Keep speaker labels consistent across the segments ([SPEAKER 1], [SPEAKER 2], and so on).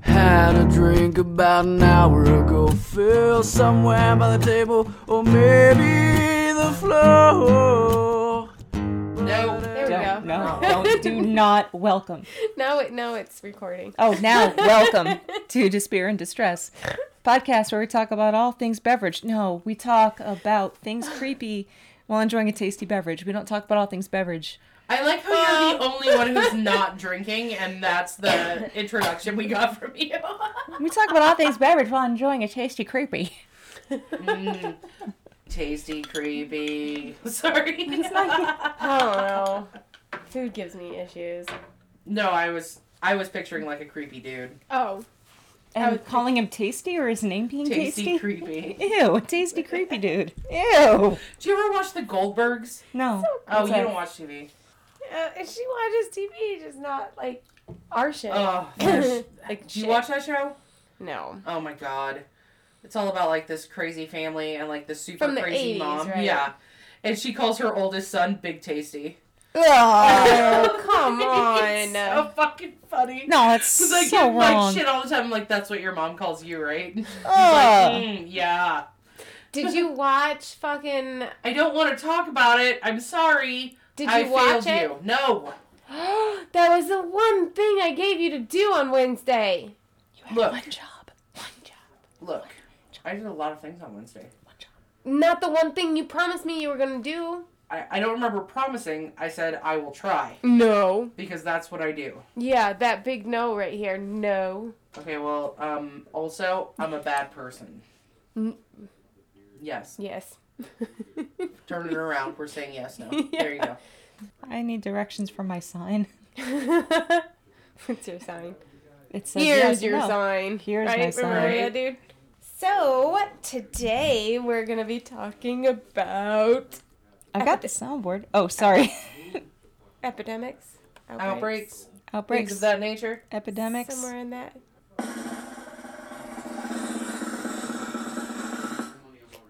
[SPEAKER 1] had a drink about an hour ago. Fell somewhere by the table, or maybe the floor.
[SPEAKER 2] No, there we go.
[SPEAKER 3] Don't, no, don't, do not welcome.
[SPEAKER 2] Now it now it's recording.
[SPEAKER 3] Oh, now welcome to Despair and Distress podcast where we talk about all things beverage. No, we talk about things creepy while enjoying a tasty beverage. We don't talk about all things beverage.
[SPEAKER 4] I like how you're the
[SPEAKER 2] Uh.
[SPEAKER 4] only one who's not drinking, and that's the introduction we got from you.
[SPEAKER 3] We talk about all things beverage while enjoying a tasty creepy.
[SPEAKER 4] Mm. Tasty, creepy. Sorry.
[SPEAKER 2] I don't know. Food gives me issues.
[SPEAKER 4] no, I was I was picturing like a creepy dude.
[SPEAKER 2] Oh, I
[SPEAKER 3] And
[SPEAKER 2] would-
[SPEAKER 3] calling him tasty or his name being
[SPEAKER 4] Tasty,
[SPEAKER 3] tasty?
[SPEAKER 4] creepy.
[SPEAKER 3] Ew, tasty creepy dude. Ew.
[SPEAKER 4] Do you ever watch the Goldbergs?
[SPEAKER 3] No.
[SPEAKER 4] Oh,
[SPEAKER 3] What's
[SPEAKER 4] you
[SPEAKER 3] that?
[SPEAKER 4] don't watch TV.
[SPEAKER 2] uh, she watches TV, just not like our shit.
[SPEAKER 4] Oh, there's-
[SPEAKER 2] like
[SPEAKER 4] do you
[SPEAKER 2] shit.
[SPEAKER 4] watch that show?
[SPEAKER 2] No.
[SPEAKER 4] Oh my god. It's all about like this crazy family and like the super
[SPEAKER 2] From the
[SPEAKER 4] crazy
[SPEAKER 2] 80s,
[SPEAKER 4] mom.
[SPEAKER 2] right?
[SPEAKER 4] Yeah. And she calls her oldest son Big Tasty.
[SPEAKER 3] Ugh.
[SPEAKER 2] Oh come
[SPEAKER 4] It's so
[SPEAKER 2] on.
[SPEAKER 4] fucking funny.
[SPEAKER 3] No, it's
[SPEAKER 4] Because I
[SPEAKER 3] so
[SPEAKER 4] get like
[SPEAKER 3] wrong.
[SPEAKER 4] shit all the time. Like that's what your mom calls you, right? She's like,
[SPEAKER 3] Ugh.
[SPEAKER 4] "Mm, yeah.
[SPEAKER 2] Did you watch fucking?
[SPEAKER 4] I don't want to talk about it. I'm sorry.
[SPEAKER 2] Did you
[SPEAKER 4] I
[SPEAKER 2] watch
[SPEAKER 4] failed
[SPEAKER 2] it?
[SPEAKER 4] you. No.
[SPEAKER 2] that was the one thing I gave you to do on Wednesday.
[SPEAKER 4] Look,
[SPEAKER 3] One job. One job.
[SPEAKER 4] look. I did a lot of things on Wednesday.
[SPEAKER 2] Not the one thing you promised me you were gonna do.
[SPEAKER 4] I, I don't remember promising. I said I will try
[SPEAKER 2] No.
[SPEAKER 4] because that's what I do.
[SPEAKER 2] Yeah, that big no right here. No.
[SPEAKER 4] Okay. Well, um. Also, I'm a bad person.
[SPEAKER 2] Mm.
[SPEAKER 4] Yes.
[SPEAKER 2] Yes.
[SPEAKER 4] Turn it around. We're saying yes now. There you go.
[SPEAKER 3] I need directions for my sign.
[SPEAKER 2] What's your sign?
[SPEAKER 3] It says
[SPEAKER 2] Here's
[SPEAKER 3] yes,
[SPEAKER 2] your
[SPEAKER 3] no.
[SPEAKER 2] sign.
[SPEAKER 3] Here's my
[SPEAKER 2] right? Remember
[SPEAKER 3] sign.
[SPEAKER 2] that, dude? So, today we're going to be talking about
[SPEAKER 3] I got the soundboard. Oh, sorry.
[SPEAKER 2] epidemics.
[SPEAKER 4] Outbreaks. Things
[SPEAKER 3] Outbreaks,
[SPEAKER 4] of that nature.
[SPEAKER 3] epidemics.
[SPEAKER 2] Somewhere in that.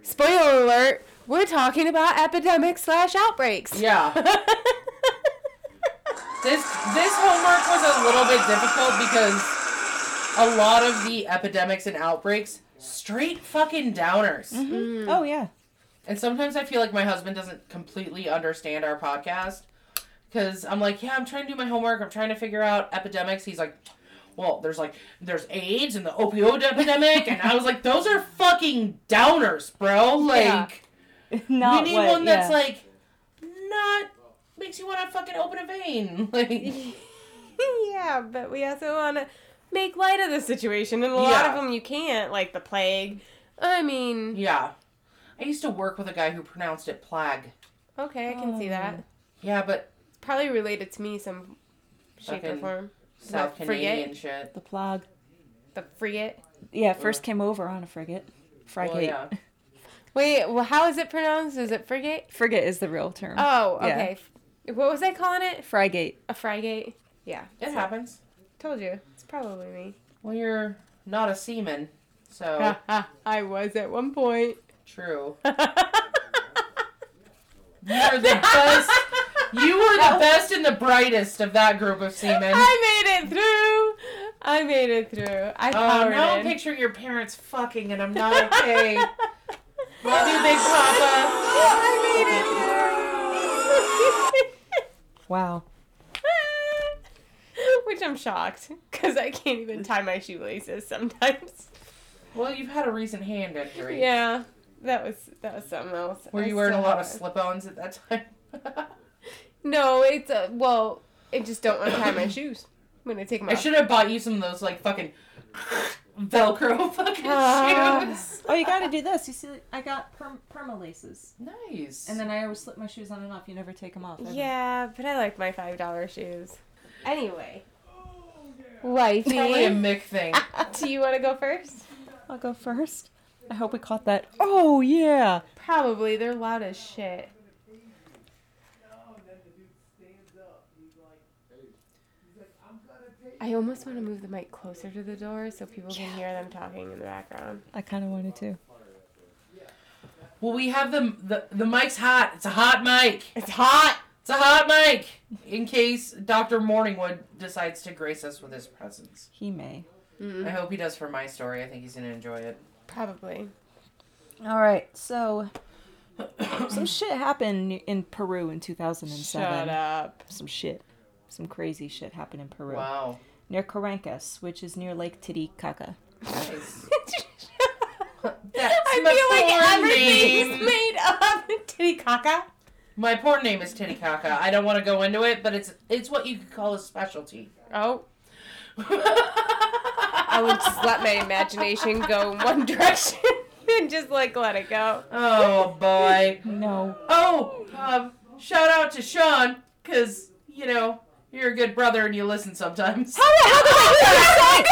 [SPEAKER 2] Spoiler alert! We're talking about epidemics slash outbreaks.
[SPEAKER 4] Yeah. This this homework was a little bit difficult because a lot of the epidemics and outbreaks straight fucking downers.
[SPEAKER 3] Oh yeah.
[SPEAKER 4] And sometimes I feel like my husband doesn't completely understand our podcast cuz I'm like, "Yeah, I'm trying to do my homework. I'm trying to figure out epidemics." He's like, "Well, there's like there's AIDS and the opioid epidemic." and I was like, "Those are fucking downers, bro." Like
[SPEAKER 2] Yeah.
[SPEAKER 3] Not
[SPEAKER 4] we need
[SPEAKER 3] what-
[SPEAKER 4] one that's
[SPEAKER 3] yeah.
[SPEAKER 4] like not makes you want to fucking open a vein. Like
[SPEAKER 2] yeah, but we also want to make light of the situation, and a lot of
[SPEAKER 4] Yeah.
[SPEAKER 2] them you can't, like the plague. I mean,
[SPEAKER 4] Yeah. I used to work with a guy who pronounced it plague.
[SPEAKER 2] okay, I can see that.
[SPEAKER 4] Yeah, but
[SPEAKER 2] It's probably related to me some shape or
[SPEAKER 4] Fucking-
[SPEAKER 2] form.
[SPEAKER 4] South
[SPEAKER 2] Well, frigate.
[SPEAKER 4] Canadian shit.
[SPEAKER 3] the plug.
[SPEAKER 2] The frigate.
[SPEAKER 3] Yeah, first came over on a frigate. Frigate.
[SPEAKER 4] Well, yeah.
[SPEAKER 2] Wait, well, how is it pronounced? Is it frigate?
[SPEAKER 3] Frigate is the real term.
[SPEAKER 2] Oh,
[SPEAKER 3] Yeah.
[SPEAKER 2] okay. F What was I calling it?
[SPEAKER 3] Frigate.
[SPEAKER 2] A frigate. Yeah,
[SPEAKER 4] It happens.
[SPEAKER 2] told you. It's probably me.
[SPEAKER 4] Well, you're not a seaman, so
[SPEAKER 2] I was at one point.
[SPEAKER 4] true. You're the best. You were the best and the brightest of that group of seamen.
[SPEAKER 2] I made it through. I made it through. I
[SPEAKER 4] Oh,
[SPEAKER 2] powered
[SPEAKER 4] now I'm
[SPEAKER 2] in.
[SPEAKER 4] picturing your parents fucking, and I'm not okay. Love you, Big Papa.
[SPEAKER 3] Wow.
[SPEAKER 2] Which I'm shocked because I can't even tie my shoelaces sometimes.
[SPEAKER 4] Well, you've had a recent hand injury.
[SPEAKER 2] Yeah, that was that was something else.
[SPEAKER 4] Were
[SPEAKER 2] I
[SPEAKER 4] you wearing a
[SPEAKER 2] still
[SPEAKER 4] lot of
[SPEAKER 2] have it.
[SPEAKER 4] slip-ons at that time?
[SPEAKER 2] No, it's a well. I just don't untie my shoes when I take them
[SPEAKER 4] I
[SPEAKER 2] off.
[SPEAKER 4] should have bought you some of those like fucking Velcro fucking
[SPEAKER 2] Ah.
[SPEAKER 4] shoes.
[SPEAKER 3] Oh, you got to do this. You see, I got perm- perma laces,
[SPEAKER 4] Nice.
[SPEAKER 3] and then I always slip my shoes on and off. You never take them off. ever.
[SPEAKER 2] Yeah, but I like my five dollar shoes. Anyway, wifey,
[SPEAKER 4] probably a Mick thing.
[SPEAKER 2] do you want to go first?
[SPEAKER 3] I'll go first. I hope we caught that. Oh yeah.
[SPEAKER 2] Probably. They're loud as shit. I almost want to move the mic closer to the door so people can hear them talking in the background.
[SPEAKER 3] I kind of wanted to.
[SPEAKER 4] Well, we have the, the the mic's hot. It's a hot mic.
[SPEAKER 2] It's hot.
[SPEAKER 4] It's a hot mic. In case Doctor Morningwood decides to grace us with his presence.
[SPEAKER 3] He may.
[SPEAKER 2] Mm-hmm.
[SPEAKER 4] I hope he does for my story. I think he's gonna enjoy it.
[SPEAKER 2] Probably.
[SPEAKER 3] All right, so some shit happened in Peru in 2007.
[SPEAKER 2] Shut up.
[SPEAKER 3] Some shit. Some crazy shit happened in Peru.
[SPEAKER 4] Wow.
[SPEAKER 3] Near Carancas, which is near Lake Titicaca.
[SPEAKER 4] Nice. That's
[SPEAKER 2] I
[SPEAKER 4] my
[SPEAKER 2] feel like
[SPEAKER 4] porn
[SPEAKER 2] everything's
[SPEAKER 4] name.
[SPEAKER 2] made up. Titty caca.
[SPEAKER 4] My porn name is Titty Caca. I don't want to go into it, but it's it's what you could call a specialty.
[SPEAKER 2] Oh. I would just let my imagination go in one direction and just like let it go.
[SPEAKER 4] Oh boy.
[SPEAKER 3] No.
[SPEAKER 4] Oh, um, shout out to Sean, cause you know you're a good brother and you listen sometimes.
[SPEAKER 2] Oh,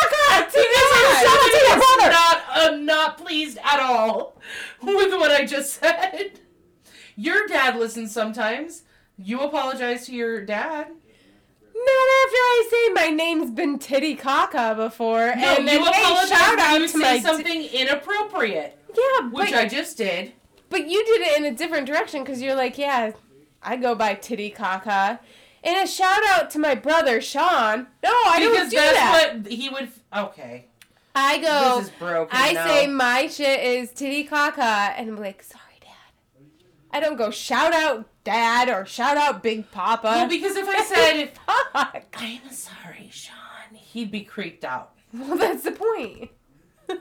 [SPEAKER 3] your brother!
[SPEAKER 4] Not, I'm not pleased at all with what I just said. Your dad listens sometimes. You apologize to your dad.
[SPEAKER 2] Not after I say my name's been Titty Caca before,
[SPEAKER 4] No,
[SPEAKER 2] and then
[SPEAKER 4] you
[SPEAKER 2] they
[SPEAKER 4] apologize
[SPEAKER 2] shout
[SPEAKER 4] when
[SPEAKER 2] out
[SPEAKER 4] you
[SPEAKER 2] to my
[SPEAKER 4] say something inappropriate,
[SPEAKER 2] yeah,
[SPEAKER 4] which
[SPEAKER 2] but,
[SPEAKER 4] I just did.
[SPEAKER 2] but you did it in a different direction because you're like, yeah, I go by Titty Caca, and a shout out to my brother Sean. No, I don't
[SPEAKER 4] Because
[SPEAKER 2] do
[SPEAKER 4] that's
[SPEAKER 2] that.
[SPEAKER 4] what he would. Okay,
[SPEAKER 2] I go.
[SPEAKER 4] this is broken.
[SPEAKER 2] I
[SPEAKER 4] now.
[SPEAKER 2] say my shit is titty caca, and I'm like, sorry, dad. I don't go shout out dad or shout out big
[SPEAKER 4] Well,
[SPEAKER 2] papa.
[SPEAKER 4] because if I said
[SPEAKER 2] Fuck.
[SPEAKER 4] I'm sorry, Sean, he'd be creeped out.
[SPEAKER 2] Well, that's the point.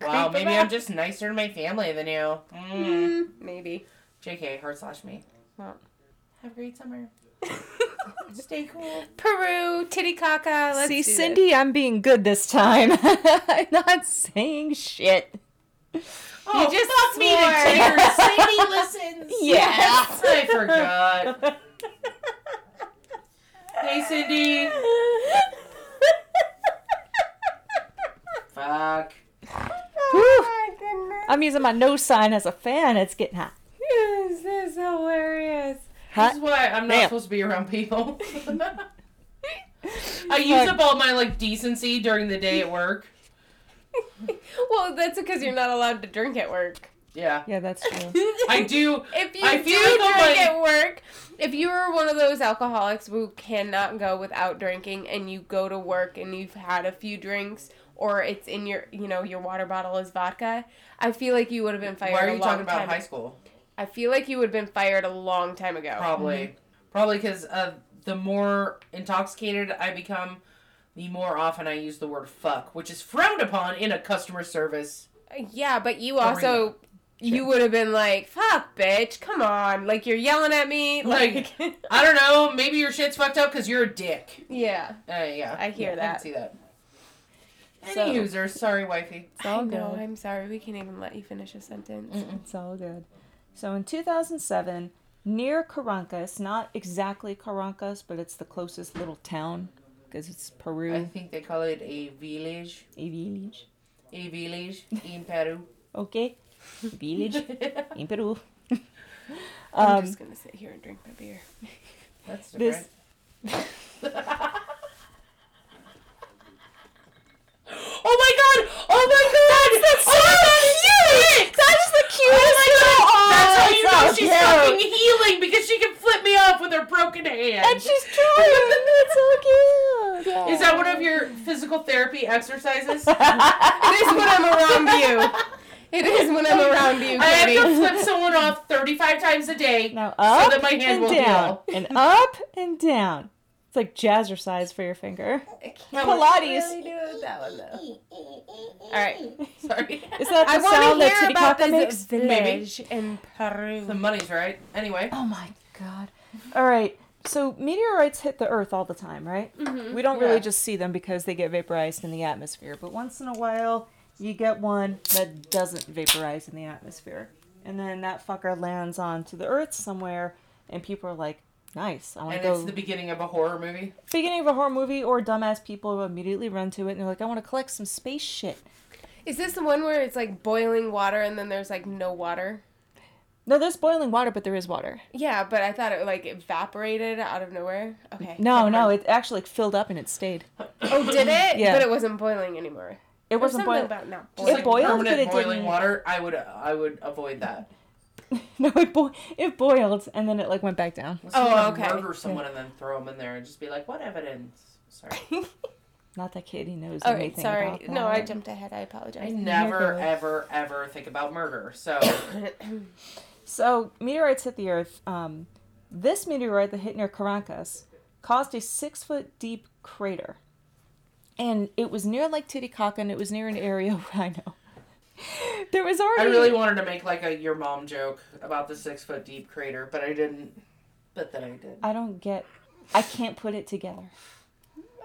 [SPEAKER 4] Wow,
[SPEAKER 2] Creeped
[SPEAKER 4] maybe
[SPEAKER 2] out.
[SPEAKER 4] I'm just nicer to my family than you. Mm.
[SPEAKER 2] Mm, maybe.
[SPEAKER 4] JK, hard slash me.
[SPEAKER 2] Well.
[SPEAKER 4] Have a great summer. Stay cool.
[SPEAKER 2] Peru, titty caca. Let's
[SPEAKER 3] See,
[SPEAKER 2] do this.
[SPEAKER 3] Cindy, I'm being good this time. I'm not saying shit.
[SPEAKER 4] Oh,
[SPEAKER 2] just
[SPEAKER 4] fuck me to Taylor. Cindy listens.
[SPEAKER 3] Yeah.
[SPEAKER 4] I forgot. Hey, Cindy. Fuck.
[SPEAKER 3] Whew.
[SPEAKER 2] Oh My goodness.
[SPEAKER 3] I'm using my no sign as a fan. It's getting hot.
[SPEAKER 2] This is hilarious.
[SPEAKER 4] This is why I'm not
[SPEAKER 3] Damn.
[SPEAKER 4] supposed to be around people. I use up all my like decency during the day at work.
[SPEAKER 2] Well, that's because you're not allowed to drink at work.
[SPEAKER 4] Yeah.
[SPEAKER 3] Yeah, that's true.
[SPEAKER 4] I do.
[SPEAKER 2] If you
[SPEAKER 4] I
[SPEAKER 2] do
[SPEAKER 4] feel like on
[SPEAKER 2] drink
[SPEAKER 4] my-
[SPEAKER 2] at work, if you are one of those alcoholics who cannot go without drinking, and you go to work and you've had a few drinks, or it's in your, you know, your water bottle is vodka, I feel like you would have been fired.
[SPEAKER 4] Why are
[SPEAKER 2] a
[SPEAKER 4] you
[SPEAKER 2] long
[SPEAKER 4] talking about
[SPEAKER 2] time.
[SPEAKER 4] high school?
[SPEAKER 2] I feel like you would have been fired a long time ago.
[SPEAKER 4] Probably. Probably because uh, the more intoxicated I become, the more often I use the word fuck, which is frowned upon in a customer service.
[SPEAKER 2] Yeah, but you
[SPEAKER 4] Arena.
[SPEAKER 2] also. You would have been like, "Fuck, bitch! Come on! Like you're yelling at me, like,
[SPEAKER 4] Like- I don't know. Maybe your shit's fucked up because you're a dick.
[SPEAKER 2] yeah."
[SPEAKER 4] Uh, yeah.
[SPEAKER 2] I hear
[SPEAKER 4] Yeah, I
[SPEAKER 2] that.
[SPEAKER 4] can see that. Any
[SPEAKER 3] So-
[SPEAKER 4] user, sorry, wifey.
[SPEAKER 3] all
[SPEAKER 2] I know.
[SPEAKER 3] good.
[SPEAKER 2] I'm sorry. We can't even let you finish a sentence.
[SPEAKER 3] It's all good. So in 2007, near Caracas, not exactly Caracas, but it's the closest little town because it's
[SPEAKER 4] I
[SPEAKER 3] Peru,
[SPEAKER 4] think they call it a village.
[SPEAKER 3] a village.
[SPEAKER 4] A village in Peru.
[SPEAKER 3] Okay, village in Peru.
[SPEAKER 2] I'm
[SPEAKER 3] Um,
[SPEAKER 2] just gonna sit here and drink my beer.
[SPEAKER 4] That's different.
[SPEAKER 3] This-
[SPEAKER 4] oh my god! Oh my god! Oh That's, so cute! That's the cutest oh my god! That's how you know
[SPEAKER 3] that's so
[SPEAKER 4] she's
[SPEAKER 3] cute.
[SPEAKER 4] fucking healing because she can flip me off with her broken hand.
[SPEAKER 3] and she's trying. It's so cute.
[SPEAKER 4] Is that one of your physical therapy exercises?
[SPEAKER 2] It is when I'm around you. It is when I'm around you,
[SPEAKER 4] I have to
[SPEAKER 2] Katie.
[SPEAKER 4] flip someone off 35 times a day.
[SPEAKER 3] Now up
[SPEAKER 4] that my hand
[SPEAKER 3] and
[SPEAKER 4] will
[SPEAKER 3] down
[SPEAKER 4] heal.
[SPEAKER 3] and up and down. It's like jazzercise for your finger. Pilates.
[SPEAKER 2] All right.
[SPEAKER 4] Sorry.
[SPEAKER 3] Is that the
[SPEAKER 2] I
[SPEAKER 3] sound
[SPEAKER 2] want
[SPEAKER 3] that
[SPEAKER 2] to hear
[SPEAKER 3] Titty
[SPEAKER 2] about
[SPEAKER 3] Kaka
[SPEAKER 4] uh,
[SPEAKER 2] this
[SPEAKER 3] makes?
[SPEAKER 2] village in
[SPEAKER 4] The
[SPEAKER 2] Peru.
[SPEAKER 4] money's right. Anyway.
[SPEAKER 3] Oh my god. All right. So meteorites hit the earth all the time, right? We don't really
[SPEAKER 4] Mm-hmm. Yeah.
[SPEAKER 3] just see them because they get vaporized in the atmosphere, but once in a while you get one that doesn't vaporize in the atmosphere. And then that fucker lands onto the earth somewhere and people are like, "Nice. I want to
[SPEAKER 4] And
[SPEAKER 3] go."
[SPEAKER 4] it's the beginning of a horror movie.
[SPEAKER 3] Beginning of a horror movie or dumbass people immediately run to it and they're like, "I want to collect some space shit."
[SPEAKER 2] Is this the one where it's like boiling water and then there's like no water?
[SPEAKER 3] No, there's boiling water, but there is water.
[SPEAKER 2] Yeah, but I thought it like evaporated out of nowhere. Okay.
[SPEAKER 3] No,
[SPEAKER 2] never
[SPEAKER 3] no,
[SPEAKER 2] mind.
[SPEAKER 3] it actually filled up and it stayed.
[SPEAKER 2] oh, did it?
[SPEAKER 3] Yeah.
[SPEAKER 2] But it wasn't boiling anymore.
[SPEAKER 3] It
[SPEAKER 2] There was
[SPEAKER 3] wasn't
[SPEAKER 2] something
[SPEAKER 3] boiling.
[SPEAKER 2] about not
[SPEAKER 3] It
[SPEAKER 2] boiling.
[SPEAKER 4] Just like
[SPEAKER 3] boiled,
[SPEAKER 4] permanent
[SPEAKER 3] but it
[SPEAKER 4] boiling
[SPEAKER 3] didn't-
[SPEAKER 4] water. I would I would avoid that.
[SPEAKER 3] No, it, bo- it boiled and then it like went back down.
[SPEAKER 4] Let's
[SPEAKER 2] Oh,
[SPEAKER 4] oh,
[SPEAKER 2] okay.
[SPEAKER 4] Murder someone and then throw them in there and just be like, what evidence? Sorry.
[SPEAKER 3] Not that Katie knows
[SPEAKER 2] All right,
[SPEAKER 3] anything
[SPEAKER 2] sorry.
[SPEAKER 3] about that.
[SPEAKER 2] No, I jumped ahead.
[SPEAKER 4] I
[SPEAKER 2] I apologize.
[SPEAKER 4] never,
[SPEAKER 3] Murder.
[SPEAKER 4] ever, ever think about murder. So
[SPEAKER 3] So meteorites hit the Earth. Um, this meteorite that hit near Caracas caused a six-foot deep crater, and it was near Lake Titicaca, and it was near an area where I know there was
[SPEAKER 4] I
[SPEAKER 3] already.
[SPEAKER 4] really wanted to make like a your mom joke about the six foot deep crater, but I didn't. But then I did.
[SPEAKER 3] I don't get. I can't put it together.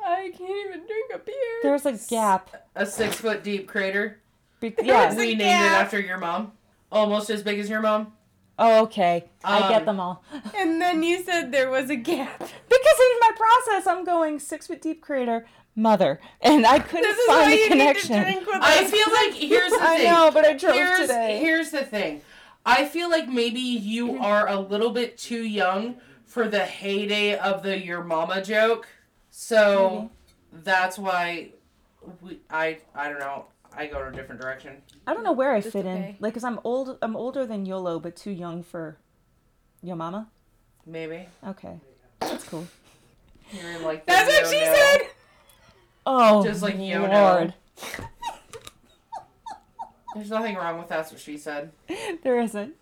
[SPEAKER 2] I can't even drink a beer.
[SPEAKER 3] There's a gap.
[SPEAKER 4] A six foot deep crater.
[SPEAKER 3] Be- yes.
[SPEAKER 4] we named it
[SPEAKER 2] gap.
[SPEAKER 4] after your mom. Almost as big as your mom.
[SPEAKER 3] Oh, okay. I
[SPEAKER 4] Um,
[SPEAKER 3] get them all. Because
[SPEAKER 2] And then you said there was a gap.
[SPEAKER 3] in my process, I'm going six foot deep crater, mother, and I couldn't
[SPEAKER 2] This is
[SPEAKER 3] find
[SPEAKER 2] why
[SPEAKER 3] the
[SPEAKER 2] you
[SPEAKER 3] connection.
[SPEAKER 2] need to drink with
[SPEAKER 4] I
[SPEAKER 2] us.
[SPEAKER 4] feel like here's the
[SPEAKER 3] I
[SPEAKER 4] thing.
[SPEAKER 3] know, but I drove
[SPEAKER 4] here's,
[SPEAKER 3] today.
[SPEAKER 4] Here's the thing. I feel like maybe you are a little bit too young for the heyday of the your mama joke. So that's why we, I I don't know. I go in a different direction.
[SPEAKER 3] I don't know where I
[SPEAKER 2] That's
[SPEAKER 3] fit in.
[SPEAKER 2] okay.
[SPEAKER 3] Like, cause I'm old. I'm older than Yolo, but too young for your mama.
[SPEAKER 4] Maybe
[SPEAKER 3] Okay, that's cool.
[SPEAKER 4] you're in like the
[SPEAKER 2] That's what she
[SPEAKER 4] yo-yo.
[SPEAKER 2] said.
[SPEAKER 3] Oh,
[SPEAKER 4] Just like Yodo.
[SPEAKER 3] Lord.
[SPEAKER 4] There's nothing wrong with that's what she said.
[SPEAKER 3] There isn't.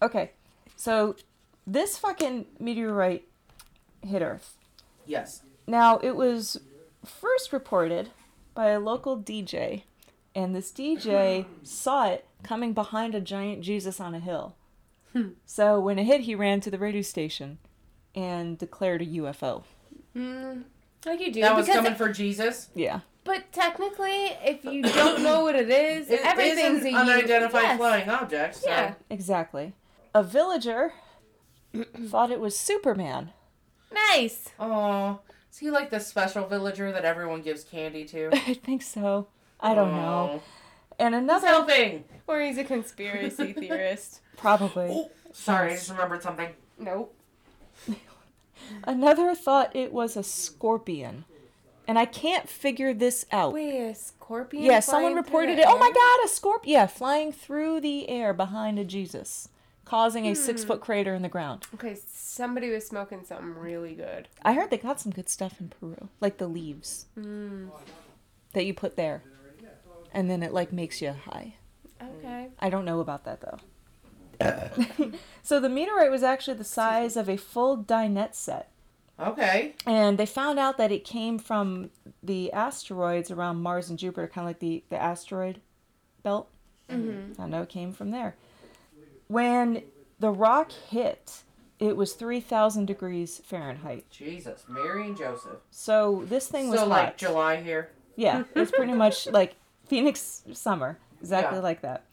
[SPEAKER 3] Okay, so this fucking meteorite hit Earth.
[SPEAKER 4] Yes.
[SPEAKER 3] Now it was first reported by a local DJ, and this DJ saw it coming behind a giant Jesus on a hill. So when it hit, he ran to the radio station and declared a UFO.
[SPEAKER 2] Mm, like you do.
[SPEAKER 4] That was
[SPEAKER 2] because-
[SPEAKER 4] coming for Jesus.
[SPEAKER 3] Yeah.
[SPEAKER 2] But technically, if you don't know what it is,
[SPEAKER 4] It is
[SPEAKER 2] everything's
[SPEAKER 4] an
[SPEAKER 2] a
[SPEAKER 4] unidentified
[SPEAKER 2] yes.
[SPEAKER 4] flying object. So.
[SPEAKER 2] Yeah.
[SPEAKER 3] Exactly. A villager thought it was Superman.
[SPEAKER 2] Nice.
[SPEAKER 4] Oh, is he like the special villager that everyone gives candy to?
[SPEAKER 3] I think so. I don't know. And
[SPEAKER 4] He's
[SPEAKER 3] another
[SPEAKER 4] helping.
[SPEAKER 2] Or he's a conspiracy theorist.
[SPEAKER 3] probably
[SPEAKER 4] Oh, sorry, I just remembered something.
[SPEAKER 2] Nope.
[SPEAKER 3] another thought it was a scorpion. And I can't figure this out.
[SPEAKER 2] Wait, a scorpion?
[SPEAKER 3] yeah, someone
[SPEAKER 2] flying through
[SPEAKER 3] reported
[SPEAKER 2] the
[SPEAKER 3] it. Oh my
[SPEAKER 2] air?
[SPEAKER 3] god, a scorpion. Yeah, flying through the air behind a Jesus, causing
[SPEAKER 2] Hmm.
[SPEAKER 3] a 6-foot crater in the ground.
[SPEAKER 2] Okay, somebody was smoking something really good.
[SPEAKER 3] I heard they got some good stuff in Peru, like the leaves
[SPEAKER 2] Hmm,
[SPEAKER 3] that you put there. And then it like makes you high.
[SPEAKER 2] Okay.
[SPEAKER 3] I don't know about that though. so the meteorite was actually the size of a full dinette set,
[SPEAKER 4] Okay.
[SPEAKER 3] and they found out that it came from the asteroids around Mars and Jupiter, kind of like the the asteroid belt. Mm-hmm. I know it came from there. When the rock hit, it was three thousand degrees Fahrenheit.
[SPEAKER 4] Jesus, Mary and Joseph.
[SPEAKER 3] So this thing was
[SPEAKER 4] So
[SPEAKER 3] hot.
[SPEAKER 4] like July here.
[SPEAKER 3] Yeah, it's pretty much like Phoenix summer, exactly
[SPEAKER 4] Yeah.
[SPEAKER 3] like that.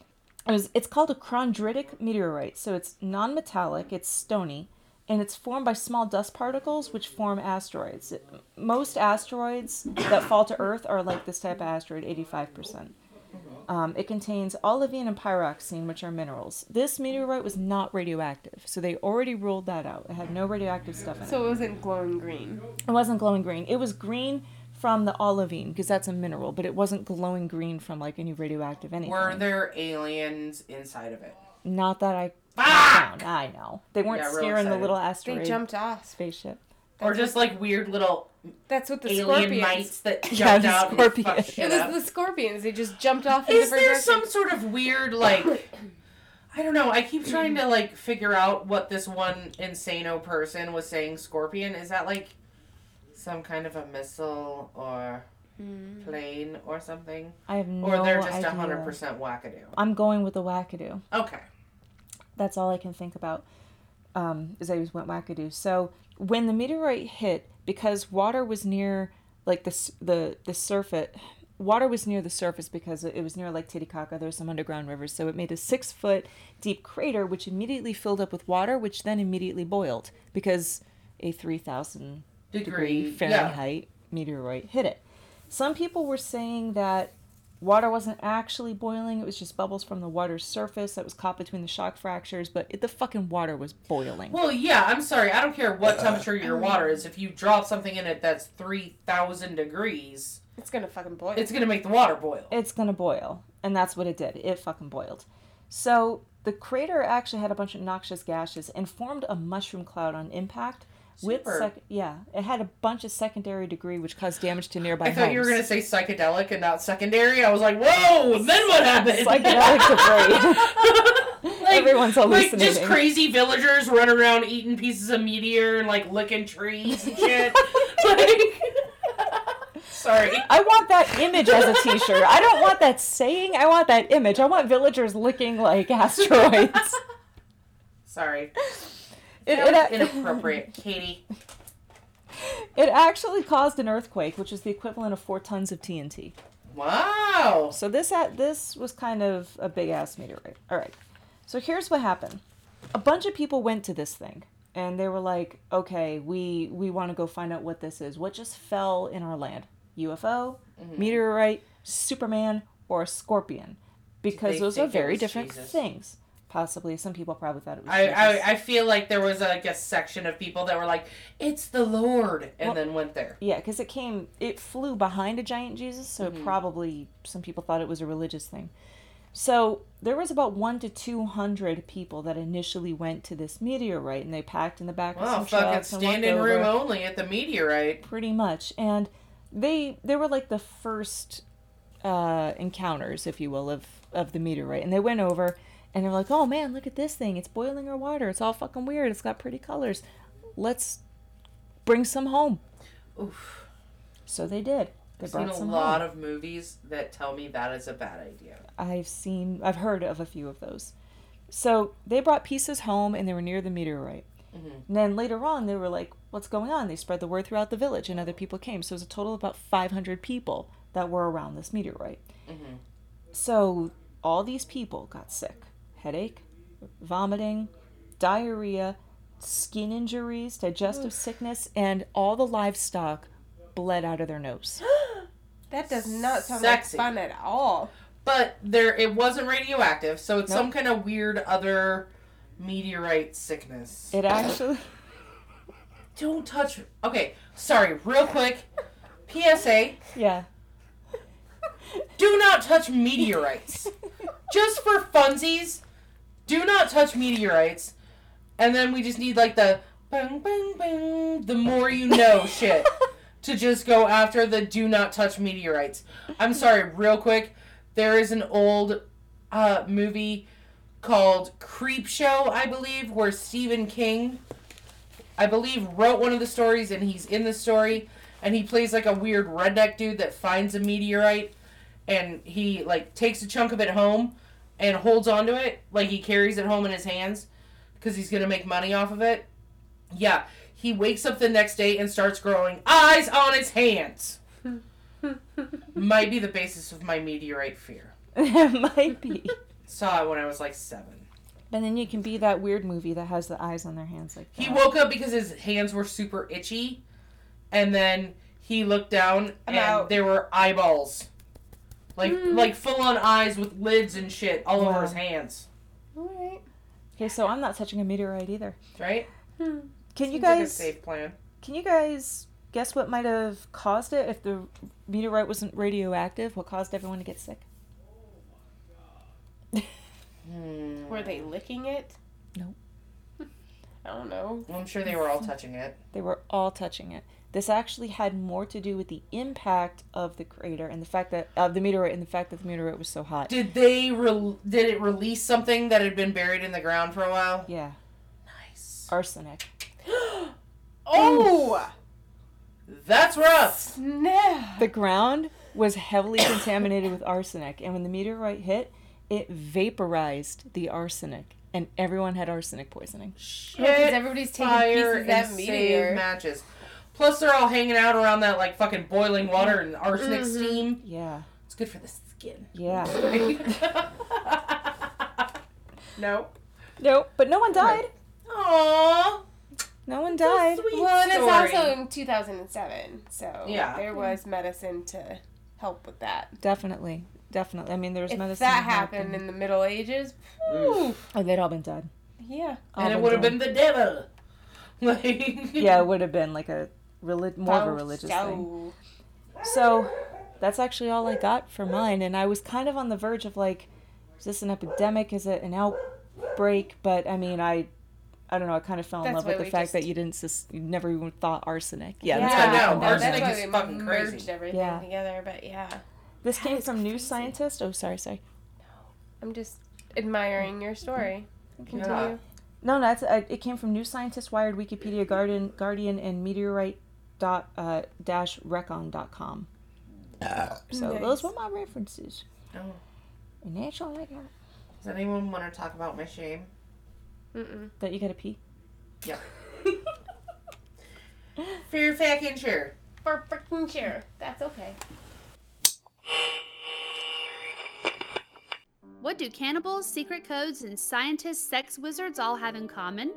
[SPEAKER 3] It was, it's called a chondritic meteorite, so it's non-metallic, it's stony, and it's formed by small dust particles which form asteroids. It- most asteroids that fall to Earth are like this type of asteroid, 85%. Um, it contains olivine and pyroxene, which are minerals. This meteorite was not radioactive, so they already ruled that out. It had no radioactive stuff in it.
[SPEAKER 2] So it wasn't glowing green.
[SPEAKER 3] It wasn't glowing green. It was green from the olivine because that's a mineral, but it wasn't glowing green from like any radioactive anything.
[SPEAKER 4] Were there aliens inside of it?
[SPEAKER 3] Not that I
[SPEAKER 4] Fuck!
[SPEAKER 3] found. I know they weren't
[SPEAKER 4] Yeah, real
[SPEAKER 3] scaring the
[SPEAKER 4] excited.
[SPEAKER 3] little
[SPEAKER 2] They
[SPEAKER 3] asteroid
[SPEAKER 2] jumped off.
[SPEAKER 3] spaceship.
[SPEAKER 4] Or just like weird little
[SPEAKER 2] That's what the
[SPEAKER 4] alien
[SPEAKER 2] scorpions.
[SPEAKER 4] mites that jumped
[SPEAKER 3] Yeah, the
[SPEAKER 4] out
[SPEAKER 3] scorpion.
[SPEAKER 4] and fucked shit
[SPEAKER 2] It
[SPEAKER 4] up?
[SPEAKER 2] was the scorpions. They just jumped off. in
[SPEAKER 4] Is
[SPEAKER 2] different
[SPEAKER 4] there
[SPEAKER 2] directions.
[SPEAKER 4] some sort of weird like I don't know, I keep trying to like figure out what this one insano person was saying scorpion. Is that like some kind of a missile or Hmm. plane or something?
[SPEAKER 3] I have no
[SPEAKER 4] Or they're just
[SPEAKER 3] idea.
[SPEAKER 4] a hundred percent wackadoo.
[SPEAKER 3] I'm going with the wackadoo.
[SPEAKER 4] Okay.
[SPEAKER 3] That's all I can think about. Um, is I just went wackadoo. So when the meteorite hit, because water was near, like the s- the the surface, water was near the surface because it was near Lake Titicaca. There were some underground rivers, so it made a six foot deep crater, which immediately filled up with water, which then immediately boiled because a three thousand
[SPEAKER 4] Degree,
[SPEAKER 3] degree Fahrenheit meteorite hit it. Some people were saying that water wasn't actually boiling, it was just bubbles from the water's surface that was caught between the shock fractures, but it, the fucking water was boiling.
[SPEAKER 4] Well, yeah, I'm sorry. I don't care
[SPEAKER 3] Uh,
[SPEAKER 4] what temperature your water is. If you drop something in it that's 3,000 degrees,
[SPEAKER 2] It's gonna fucking boil.
[SPEAKER 4] it's going to make the water boil.
[SPEAKER 3] It's gonna boil. And that's what it did. It fucking boiled. So the crater actually had a bunch of noxious gases and formed a mushroom cloud on impact, with
[SPEAKER 4] Super.
[SPEAKER 3] sec- yeah, it had a bunch of secondary degree which caused damage to nearby
[SPEAKER 4] I thought you were gonna
[SPEAKER 3] homes.
[SPEAKER 4] say psychedelic and not secondary. I was like, whoa! Then what happened?
[SPEAKER 3] psychedelic degree. Everyone's
[SPEAKER 4] like just
[SPEAKER 3] hallucinating.
[SPEAKER 4] crazy villagers running around eating pieces of meteor and like licking trees and shit. like, sorry.
[SPEAKER 3] I want that image as a T-shirt. I don't want that saying. I want that image. I want villagers licking like asteroids.
[SPEAKER 4] Sorry.
[SPEAKER 3] It, it,
[SPEAKER 4] That
[SPEAKER 3] a-
[SPEAKER 4] was inappropriate, Katie.
[SPEAKER 3] it actually caused an earthquake, which is the equivalent of four tons of TNT.
[SPEAKER 4] Wow.
[SPEAKER 3] Oh, So this at this was kind of a big ass meteorite. All right. So here's what happened. A bunch of people went to this thing and they were like, "Okay, we we want to go find out what this is. What just fell in our land? UFO,
[SPEAKER 4] Mm-hmm.
[SPEAKER 3] meteorite, Superman, or a scorpion?" Because
[SPEAKER 4] they
[SPEAKER 3] those are
[SPEAKER 4] think it
[SPEAKER 3] very
[SPEAKER 4] was
[SPEAKER 3] different
[SPEAKER 4] Jesus?
[SPEAKER 3] things. Possibly some people probably thought it was
[SPEAKER 4] I,
[SPEAKER 3] Jesus.
[SPEAKER 4] I I feel like there was like a section of people that were like, "It's the Lord," and
[SPEAKER 3] Well-
[SPEAKER 4] then went there.
[SPEAKER 3] Yeah, because it came, it flew behind a giant Jesus, so
[SPEAKER 4] Mm-hmm.
[SPEAKER 3] it probably some people thought it was a religious thing. So there was about one to two hundred people that initially went to this meteorite, and they packed in the back of
[SPEAKER 4] Wow,
[SPEAKER 3] some
[SPEAKER 4] fucking
[SPEAKER 3] trucks and walked
[SPEAKER 4] standing room
[SPEAKER 3] over,
[SPEAKER 4] only at the meteorite.
[SPEAKER 3] pretty much. And they they were like the first uh, encounters, if you will, of of the meteorite, and they went over, and they're like, "Oh man, look at this thing! It's boiling our water. It's all fucking weird. It's got pretty colors. Let's bring some home."
[SPEAKER 4] Oof.
[SPEAKER 3] So they did. They
[SPEAKER 4] I've seen
[SPEAKER 3] brought
[SPEAKER 4] a
[SPEAKER 3] some
[SPEAKER 4] lot
[SPEAKER 3] home.
[SPEAKER 4] of movies that tell me that is a bad idea.
[SPEAKER 3] I've seen, I've heard of a few of those. So they brought pieces home and they were near the meteorite. And then later on, they were like, what's going on? They spread the word throughout the village and other people came. So it was a total of about 500 people that were around this meteorite. So all these people got sick headache, vomiting, diarrhea, skin injuries, digestive sickness, and all the livestock bled out of their nose.
[SPEAKER 2] That does not sound
[SPEAKER 4] Sexy.
[SPEAKER 2] like fun at all.
[SPEAKER 4] But there, it wasn't radioactive, so it's
[SPEAKER 3] Nope.
[SPEAKER 4] some kind of weird other meteorite sickness.
[SPEAKER 3] It actually.
[SPEAKER 4] Don't touch. Okay, sorry. Real quick, PSA:
[SPEAKER 3] Yeah.
[SPEAKER 4] Do not touch meteorites. just for funsies, do not touch meteorites. And then we just need like the bang bang bang. The more you know, shit. to just go after the do not touch meteorites. I'm sorry, real quick. There is an old uh, movie called Creep Show, I believe, where Stephen King, I believe, wrote one of the stories and he's in the story and he plays like a weird redneck dude that finds a meteorite and he like takes a chunk of it home and holds onto it like he carries it home in his hands because he's gonna make money off of it. Yeah, he wakes up the next day and starts growing eyes on his hands. Might be the basis of my meteorite fear.
[SPEAKER 3] it might be.
[SPEAKER 4] Saw it when I was like seven.
[SPEAKER 3] And then you can be that weird movie that has the eyes on their hands like that.
[SPEAKER 4] He woke up because his hands were super itchy, and then he looked down and
[SPEAKER 2] out.
[SPEAKER 4] there were eyeballs, like like full on eyes with lids and shit all over
[SPEAKER 3] Wow.
[SPEAKER 4] his hands.
[SPEAKER 2] All right.
[SPEAKER 3] okay, so I'm not touching a meteorite either.
[SPEAKER 4] Right?
[SPEAKER 3] Can you
[SPEAKER 4] Seems like a
[SPEAKER 3] guys
[SPEAKER 4] safe plan.
[SPEAKER 3] can you guys guess what might have caused it if the meteorite wasn't radioactive? What caused everyone to get sick?
[SPEAKER 4] Hmm.
[SPEAKER 2] Were they licking it?
[SPEAKER 3] No.
[SPEAKER 2] I don't know.
[SPEAKER 4] Well, I'm sure they were all touching it.
[SPEAKER 3] They were all touching it. This actually had more to do with the impact of the crater and the fact that of the meteorite and the fact that the meteorite was so hot.
[SPEAKER 4] Did they re- did it release something that had been buried in the ground for a while?
[SPEAKER 3] Yeah,
[SPEAKER 4] Nice.
[SPEAKER 3] arsenic.
[SPEAKER 2] Oh
[SPEAKER 4] That's rough.
[SPEAKER 2] snap!
[SPEAKER 3] The ground was heavily contaminated with arsenic, and when the meteorite hit, it vaporized the arsenic, and everyone had arsenic poisoning.
[SPEAKER 4] Shit.
[SPEAKER 2] Because everybody's taking pieces of that
[SPEAKER 4] and
[SPEAKER 2] meteor.
[SPEAKER 4] save matches. Plus, they're all hanging out around that like fucking boiling water and arsenic steam.
[SPEAKER 3] Yeah,
[SPEAKER 4] It's good for the skin.
[SPEAKER 3] yeah.
[SPEAKER 4] no.
[SPEAKER 3] No, but no one died.
[SPEAKER 4] Aww.
[SPEAKER 3] No one died.
[SPEAKER 4] Sweet
[SPEAKER 2] Well, and it's
[SPEAKER 4] story.
[SPEAKER 2] also in 2007, so
[SPEAKER 4] Yeah.
[SPEAKER 3] Hmm.
[SPEAKER 2] there was medicine to help with that.
[SPEAKER 3] Definitely, definitely. I mean, there was
[SPEAKER 2] If
[SPEAKER 3] medicine.
[SPEAKER 2] that
[SPEAKER 3] and help
[SPEAKER 2] happened in the Middle Ages,
[SPEAKER 4] Oof.
[SPEAKER 3] Oh, they'd all been dead.
[SPEAKER 2] yeah.
[SPEAKER 3] All
[SPEAKER 4] and it would have been
[SPEAKER 3] dead.
[SPEAKER 4] the devil. Like
[SPEAKER 3] Yeah, it would have been like a relig- more of a
[SPEAKER 2] Oh,
[SPEAKER 3] religious
[SPEAKER 2] so-
[SPEAKER 3] thing. So that's actually all I got for mine. And I was kind of on the verge of like, is this an epidemic? Is it an outbreak? But I mean, I I don't know. I kind of fell in
[SPEAKER 2] That's
[SPEAKER 3] love
[SPEAKER 2] why
[SPEAKER 3] with the
[SPEAKER 2] we
[SPEAKER 3] fact that
[SPEAKER 2] just-
[SPEAKER 3] you didn't, sus- you never even thought arsenic. Yeah,
[SPEAKER 4] Yeah,
[SPEAKER 3] that's why we
[SPEAKER 4] no,
[SPEAKER 3] combined
[SPEAKER 4] arsenic
[SPEAKER 3] them.
[SPEAKER 2] that's why
[SPEAKER 4] is
[SPEAKER 2] we
[SPEAKER 4] fucking
[SPEAKER 2] merged
[SPEAKER 4] crazy.
[SPEAKER 2] everything
[SPEAKER 3] Yeah.
[SPEAKER 2] together. But yeah,
[SPEAKER 3] This came from New Scientist. Oh, sorry, sorry.
[SPEAKER 2] I'm just admiring your story. Continue.
[SPEAKER 4] Yeah.
[SPEAKER 3] No, no, that's, uh, it came from New Scientist, Wired, Wikipedia, Guardian, Guardian, and Meteorite dot uh, dash recon dot com. So those
[SPEAKER 2] Nice.
[SPEAKER 3] were my references.
[SPEAKER 4] Oh.
[SPEAKER 3] And that's all I got.
[SPEAKER 4] Does anyone want to talk about my shame?
[SPEAKER 2] Mm-mm.
[SPEAKER 3] That you gotta pee.
[SPEAKER 4] For your fucking sure.
[SPEAKER 2] For freaking sure. That's okay.
[SPEAKER 5] What do cannibals, secret codes, and scientists, sex wizards all have in common?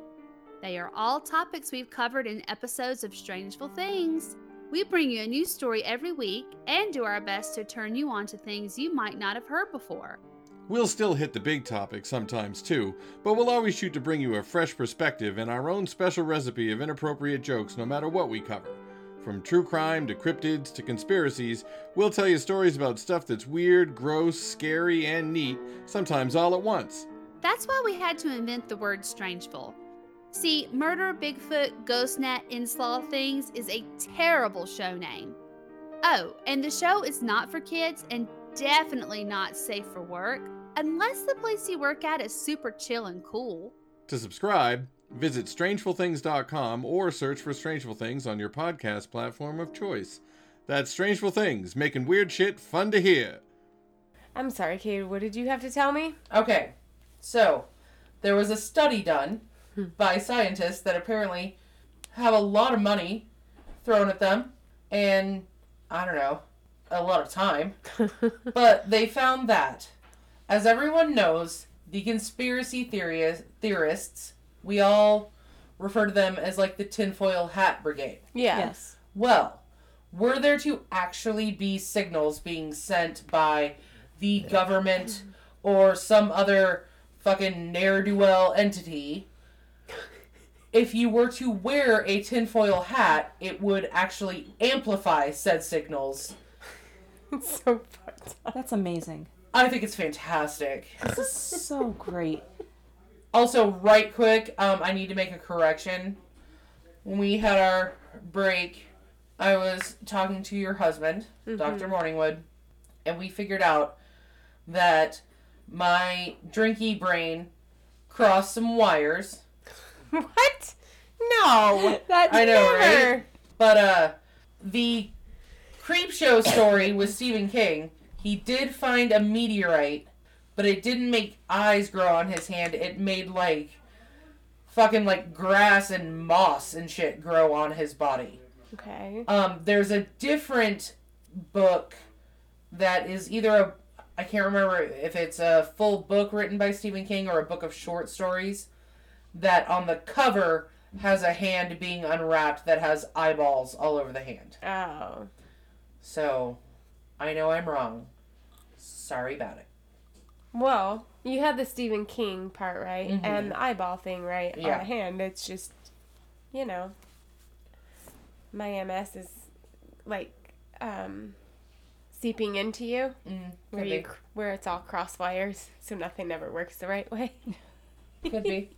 [SPEAKER 5] They are all topics we've covered in episodes of Strangeful Things. We bring you a new story every week and do our best to turn you on to things you might not have heard before.
[SPEAKER 6] We'll still hit the big topic sometimes too, but we'll always shoot to bring you a fresh perspective and our own special recipe of inappropriate jokes no matter what we cover. From true crime to cryptids to conspiracies, we'll tell you stories about stuff that's weird, gross, scary, and neat, sometimes all at once.
[SPEAKER 5] That's why we had to invent the word strangeful. See, Murder, Bigfoot, Ghost Net, and Slaw Things is a terrible show name. Oh, and the show is not for kids and definitely not safe for work, unless the place you work at is super chill and cool.
[SPEAKER 6] To subscribe, visit strangefulthings.com or search for Strangeful Things on your podcast platform of choice. That's Strangeful Things, making weird shit fun to hear.
[SPEAKER 2] I'm sorry, Kate. What did you have to tell me?
[SPEAKER 4] Okay, so there was a study done by scientists that apparently have a lot of money thrown at them and I don't know, a lot of time. but they found that, as everyone knows, the conspiracy theories, theorists, we all refer to them as like the tinfoil hat brigade.
[SPEAKER 2] Yeah.
[SPEAKER 3] Yes.
[SPEAKER 4] Well, were there to actually be signals being sent by the government or some other fucking ne'er do well entity, if you were to wear a tinfoil hat, it would actually amplify said signals.
[SPEAKER 2] It's so fucked up.
[SPEAKER 3] That's amazing.
[SPEAKER 4] I think it's fantastic.
[SPEAKER 3] This is so great.
[SPEAKER 4] Also, right quick, um, I need to make a correction. When we had our break, I was talking to your husband,
[SPEAKER 2] Mm-hmm.
[SPEAKER 4] Dr. Morningwood, and we figured out that my drinky brain crossed some wires.
[SPEAKER 2] What? No.
[SPEAKER 3] That
[SPEAKER 4] I know,
[SPEAKER 2] Never.
[SPEAKER 4] right? But uh, the creep show story with Stephen King, he did find a meteorite, but it didn't make eyes grow on his hand. It made like fucking like grass and moss and shit grow on his body.
[SPEAKER 2] Okay.
[SPEAKER 4] Um, there's a different book that is either a I can't remember if it's a full book written by Stephen King or a book of short stories that on the cover has a hand being unwrapped that has eyeballs all over the hand.
[SPEAKER 2] Oh.
[SPEAKER 4] So I know I'm wrong. Sorry about it.
[SPEAKER 2] Well, you had the Stephen King part right,
[SPEAKER 4] Mhm.
[SPEAKER 2] and the eyeball thing right on
[SPEAKER 4] Yeah.
[SPEAKER 2] the hand. It's just, you know, my MS is like um, seeping into you,
[SPEAKER 4] Mm,
[SPEAKER 2] where
[SPEAKER 4] could
[SPEAKER 2] you
[SPEAKER 4] be.
[SPEAKER 2] cr- where it's all cross wires, so nothing ever works the right way.
[SPEAKER 4] Could be.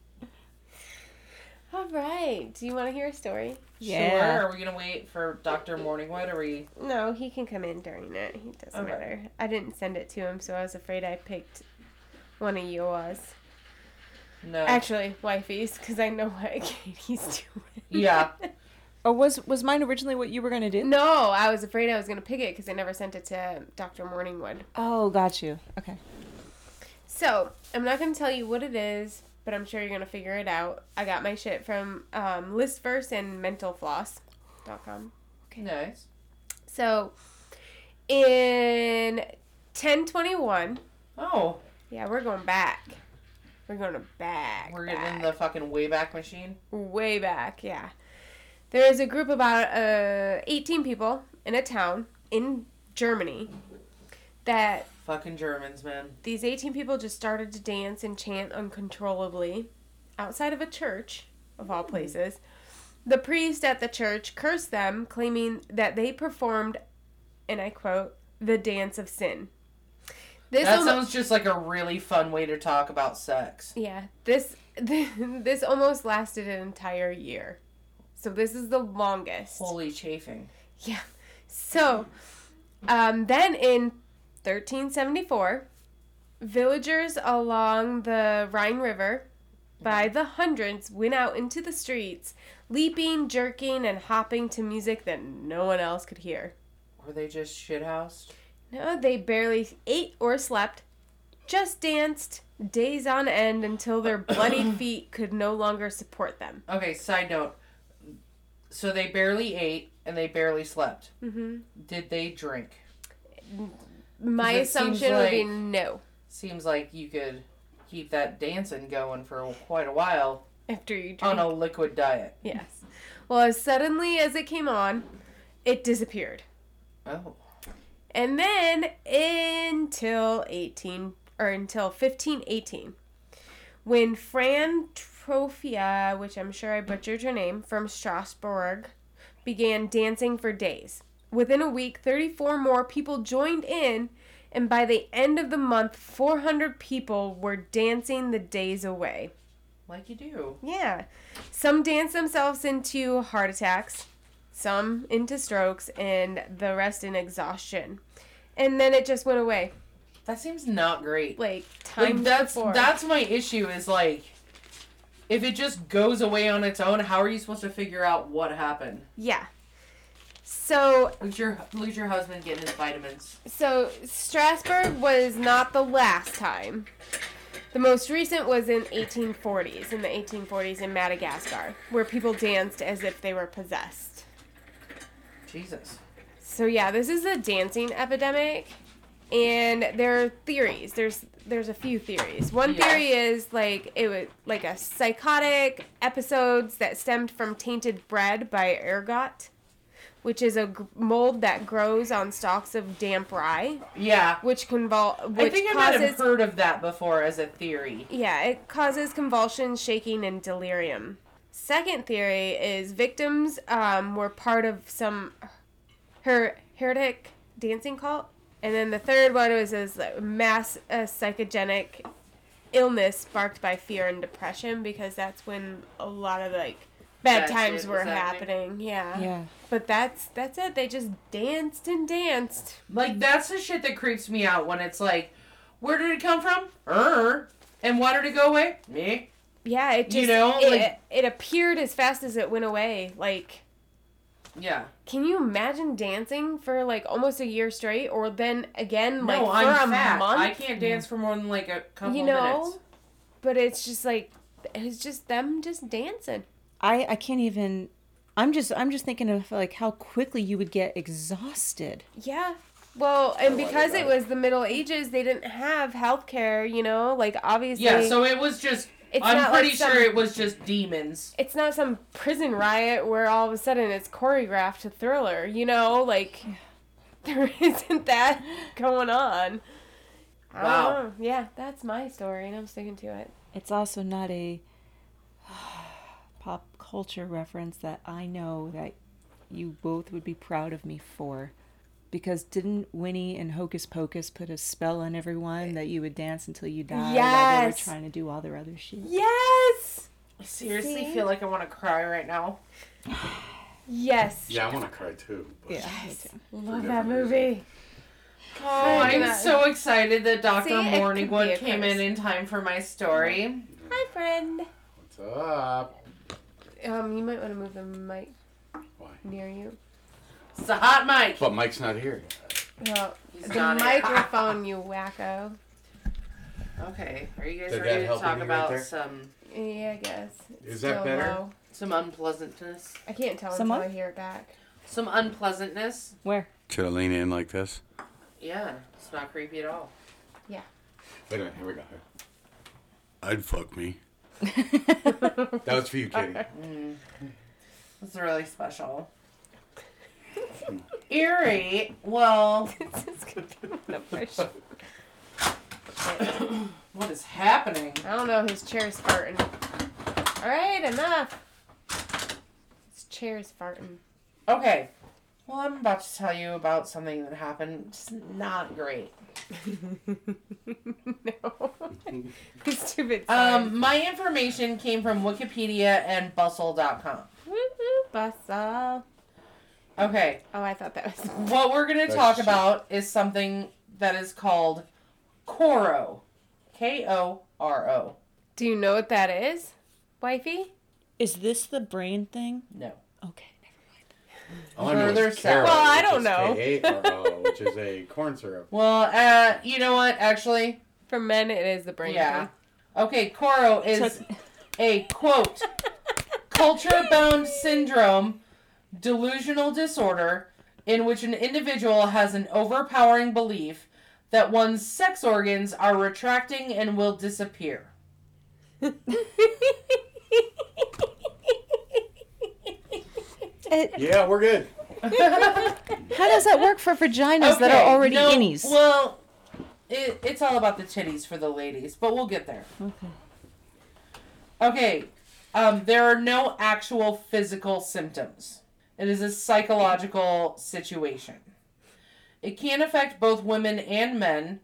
[SPEAKER 2] All right. Do you want to hear a story?
[SPEAKER 3] Yeah.
[SPEAKER 4] Sure. Are we gonna wait for Doctor Morningwood? Are we?
[SPEAKER 2] No, he can come in during it. He doesn't
[SPEAKER 4] Okay.
[SPEAKER 2] matter. I didn't send it to him, so I was afraid I picked one of yours.
[SPEAKER 4] No.
[SPEAKER 2] Actually, wifey's, because I know what Katie's doing.
[SPEAKER 4] yeah.
[SPEAKER 3] Or Oh, was was mine originally what you were gonna do?
[SPEAKER 2] No, I was afraid I was going to pick it because I never sent it to Dr. Morningwood.
[SPEAKER 3] Oh, got you. Okay.
[SPEAKER 2] So, I'm not going to tell you what it is, but I'm sure you're going to figure it out. I got my shit from um, Listverse and mentalfloss.com.
[SPEAKER 4] Nice.
[SPEAKER 2] So, in 1021,
[SPEAKER 4] Oh,
[SPEAKER 2] yeah, we're going back. We're going to back.
[SPEAKER 4] we're
[SPEAKER 2] back.
[SPEAKER 4] getting in the fucking Wayback Machine.
[SPEAKER 2] way back, yeah. There is a group about uh, 18 people in a town in Germany that
[SPEAKER 4] Fucking Germans, man.
[SPEAKER 2] these 18 people just started to dance and chant uncontrollably outside of a church, of
[SPEAKER 4] Hmm.
[SPEAKER 2] all places. The priest at the church cursed them, claiming that they performed, and I quote, the dance of sin. This
[SPEAKER 4] that
[SPEAKER 2] almo-
[SPEAKER 4] sounds just like a really fun way to talk about sex.
[SPEAKER 2] yeah. This this almost lasted an entire year. So this is the longest.
[SPEAKER 4] Holy chafing.
[SPEAKER 2] Yeah. So, um, then in 1374, villagers along the Rhine River by the hundreds went out into the streets, leaping, jerking, and hopping to music that no one else could hear.
[SPEAKER 4] Were they just shithoused?
[SPEAKER 2] No, they barely ate or slept, just danced days on end until their bloody feet could no longer support them.
[SPEAKER 4] Okay, side note. So they barely ate and they barely slept.
[SPEAKER 2] hmm
[SPEAKER 4] Did they drink?
[SPEAKER 2] My
[SPEAKER 4] It seems
[SPEAKER 2] assumption would be
[SPEAKER 4] like-
[SPEAKER 2] no
[SPEAKER 4] Seems like you could keep that dancing going for quite a while
[SPEAKER 2] after you drink.
[SPEAKER 4] on a liquid diet.
[SPEAKER 2] Yes. Well, as suddenly as it came on, it disappeared.
[SPEAKER 4] Oh.
[SPEAKER 2] And then until 18 or until 1518 when Fran Trofia, which I'm sure I butchered her name, from Strasbourg began dancing for days. Within a week, 34 more people joined in, and by the end of the month, 400 people were dancing the days away.
[SPEAKER 4] Like you do.
[SPEAKER 2] Yeah. Some dance themselves into heart attacks, some into strokes, and the rest in exhaustion. And then it just went away.
[SPEAKER 4] That seems not great.
[SPEAKER 2] Like
[SPEAKER 4] Like,
[SPEAKER 2] time
[SPEAKER 4] that's
[SPEAKER 2] before.
[SPEAKER 4] that's my issue is like if it just goes away on its own, how are you supposed to figure out what happened?
[SPEAKER 2] Yeah. So
[SPEAKER 4] Look at your look at your husband getting his vitamins.
[SPEAKER 2] so Strasbourg was not the last time. The most recent was in 1840s, in the 1840s in Madagascar, where people danced as if they were possessed.
[SPEAKER 4] Jesus.
[SPEAKER 2] So yeah, this is a dancing epidemic, and there are theories. There's there's a few theories. One
[SPEAKER 4] Yeah.
[SPEAKER 2] theory is like it was like a psychotic episodes that stemmed from tainted bread by ergot, which is a g- mold that grows on stalks of damp rye,
[SPEAKER 4] Yeah.
[SPEAKER 2] which convol which
[SPEAKER 4] I think I might have
[SPEAKER 2] causes
[SPEAKER 4] heard of that before as a theory.
[SPEAKER 2] yeah, it causes convulsions, shaking, and delirium. Second theory is victims um, were part of some her heretic dancing cult, and then the third one was this like, mass uh, psychogenic illness sparked by fear and depression because that's when a lot of like bad
[SPEAKER 4] Bad shit
[SPEAKER 2] times were
[SPEAKER 4] was happening.
[SPEAKER 2] happening. Yeah.
[SPEAKER 3] Yeah.
[SPEAKER 2] But that's that's it. They just danced and danced.
[SPEAKER 4] Like that's the shit that creeps me out when it's like, where did it come from? Er. And why did it go away? Me.
[SPEAKER 2] Yeah, it just
[SPEAKER 4] You know,
[SPEAKER 2] it,
[SPEAKER 4] like-
[SPEAKER 2] it appeared as fast as it went away. Like
[SPEAKER 4] Yeah.
[SPEAKER 2] Can you imagine dancing for like almost a year straight, or then again like
[SPEAKER 4] no,
[SPEAKER 2] for
[SPEAKER 4] I'm
[SPEAKER 2] a
[SPEAKER 4] fat.
[SPEAKER 2] month?
[SPEAKER 4] I can't dance for more than like a couple
[SPEAKER 2] you know,
[SPEAKER 4] minutes.
[SPEAKER 2] but it's just like it's just them just dancing.
[SPEAKER 3] I I can't even. I'm just I'm just thinking of like how quickly you would get exhausted.
[SPEAKER 2] Yeah. Well, and
[SPEAKER 4] wonder
[SPEAKER 2] because it
[SPEAKER 4] about
[SPEAKER 2] was the Middle Ages, they didn't have health care. You know, like obviously,
[SPEAKER 4] Yeah. So it was just.
[SPEAKER 2] It's
[SPEAKER 4] I'm
[SPEAKER 2] not like
[SPEAKER 4] pretty
[SPEAKER 2] some-
[SPEAKER 4] sure it was just demons.
[SPEAKER 2] it's not some prison riot where all of a sudden it's choreographed to Thriller. You know, like there isn't that going on. I don't
[SPEAKER 4] Wow.
[SPEAKER 2] know. Yeah, that's my story, and I'm sticking to it.
[SPEAKER 3] It's also not a pop culture reference that I know that you both would be proud of me for. Because didn't Winnie and Hocus Pocus put a spell on everyone that you would dance until you died while they were
[SPEAKER 2] Yes.
[SPEAKER 3] trying to do all their other shit?
[SPEAKER 2] Yes.
[SPEAKER 4] I seriously feel like I want to cry right now.
[SPEAKER 2] Yes.
[SPEAKER 7] Yeah, I want to cry too. But
[SPEAKER 2] Love that movie.
[SPEAKER 4] Oh, I'm
[SPEAKER 2] Yeah.
[SPEAKER 4] so excited that Dr.
[SPEAKER 2] See, it
[SPEAKER 4] Morning
[SPEAKER 2] could be
[SPEAKER 4] Wood
[SPEAKER 2] a
[SPEAKER 4] came
[SPEAKER 2] curse. Uh-huh.
[SPEAKER 4] in in time for my story.
[SPEAKER 2] Hi, friend.
[SPEAKER 7] What's up?
[SPEAKER 2] Um, you might want to move the mic
[SPEAKER 7] Why?
[SPEAKER 2] near you.
[SPEAKER 4] It's a hot mic.
[SPEAKER 7] But Mike's not here.
[SPEAKER 2] Well,
[SPEAKER 4] He's
[SPEAKER 2] the
[SPEAKER 4] not in.
[SPEAKER 2] microphone, you wacko.
[SPEAKER 4] Okay, are you guys
[SPEAKER 7] Did that
[SPEAKER 4] ready to
[SPEAKER 7] help
[SPEAKER 4] talk
[SPEAKER 7] you right
[SPEAKER 4] about
[SPEAKER 7] there?
[SPEAKER 4] some
[SPEAKER 2] Yeah, I guess. It's
[SPEAKER 7] Is that
[SPEAKER 2] still
[SPEAKER 7] better?
[SPEAKER 2] low.
[SPEAKER 4] some unpleasantness?
[SPEAKER 2] I can't tell
[SPEAKER 3] Someone?
[SPEAKER 2] until I hear it back.
[SPEAKER 4] Some unpleasantness?
[SPEAKER 3] Where?
[SPEAKER 7] Should I lean in like this?
[SPEAKER 4] Yeah, it's not creepy at all.
[SPEAKER 7] Wait a minute. Here we go. I'd fuck me. that was for you, Katie.
[SPEAKER 4] It's really special. Eerie. Well,
[SPEAKER 2] this is gonna be one of my sh-
[SPEAKER 4] what is happening?
[SPEAKER 2] I don't know. His chair's farting. All right, enough. His chair's farting.
[SPEAKER 4] Okay. Well, I'm about to tell you about something that happened. It's not great.
[SPEAKER 2] no. Stupid. Um.
[SPEAKER 4] Um, my information came from Wikipedia and bustle.com.
[SPEAKER 2] Bustle.
[SPEAKER 4] Okay,
[SPEAKER 2] Oh, I thought that was.
[SPEAKER 4] what we're going to
[SPEAKER 7] That's
[SPEAKER 4] talk
[SPEAKER 7] shit.
[SPEAKER 4] about is something that is called Koro. K O R O.
[SPEAKER 2] Do you know what that is, wifey?
[SPEAKER 3] Is this the brain thing?
[SPEAKER 4] No.
[SPEAKER 3] Okay.
[SPEAKER 7] All I know
[SPEAKER 4] Further
[SPEAKER 7] is
[SPEAKER 4] south.
[SPEAKER 7] Carol,
[SPEAKER 2] Well, I
[SPEAKER 7] which
[SPEAKER 2] don't
[SPEAKER 7] is
[SPEAKER 2] know.
[SPEAKER 7] K-A-R-O, which is a corn syrup.
[SPEAKER 4] Well, uh, you know what? Actually,
[SPEAKER 2] For men, it is the brain.
[SPEAKER 4] yeah.
[SPEAKER 2] thing.
[SPEAKER 4] Okay, Koro is a quote culture bound syndrome delusional disorder in which an individual has an overpowering belief that one's sex organs are retracting and will disappear.
[SPEAKER 7] Yeah, we're good.
[SPEAKER 3] How does that work for vaginas that
[SPEAKER 4] Okay,
[SPEAKER 3] are already
[SPEAKER 4] no,
[SPEAKER 3] innies?
[SPEAKER 4] Well, it, it's all about the titties for the ladies, but we'll get there.
[SPEAKER 3] Okay.
[SPEAKER 4] Okay, um, there are no actual physical symptoms. It is a psychological situation. It can affect both women and men.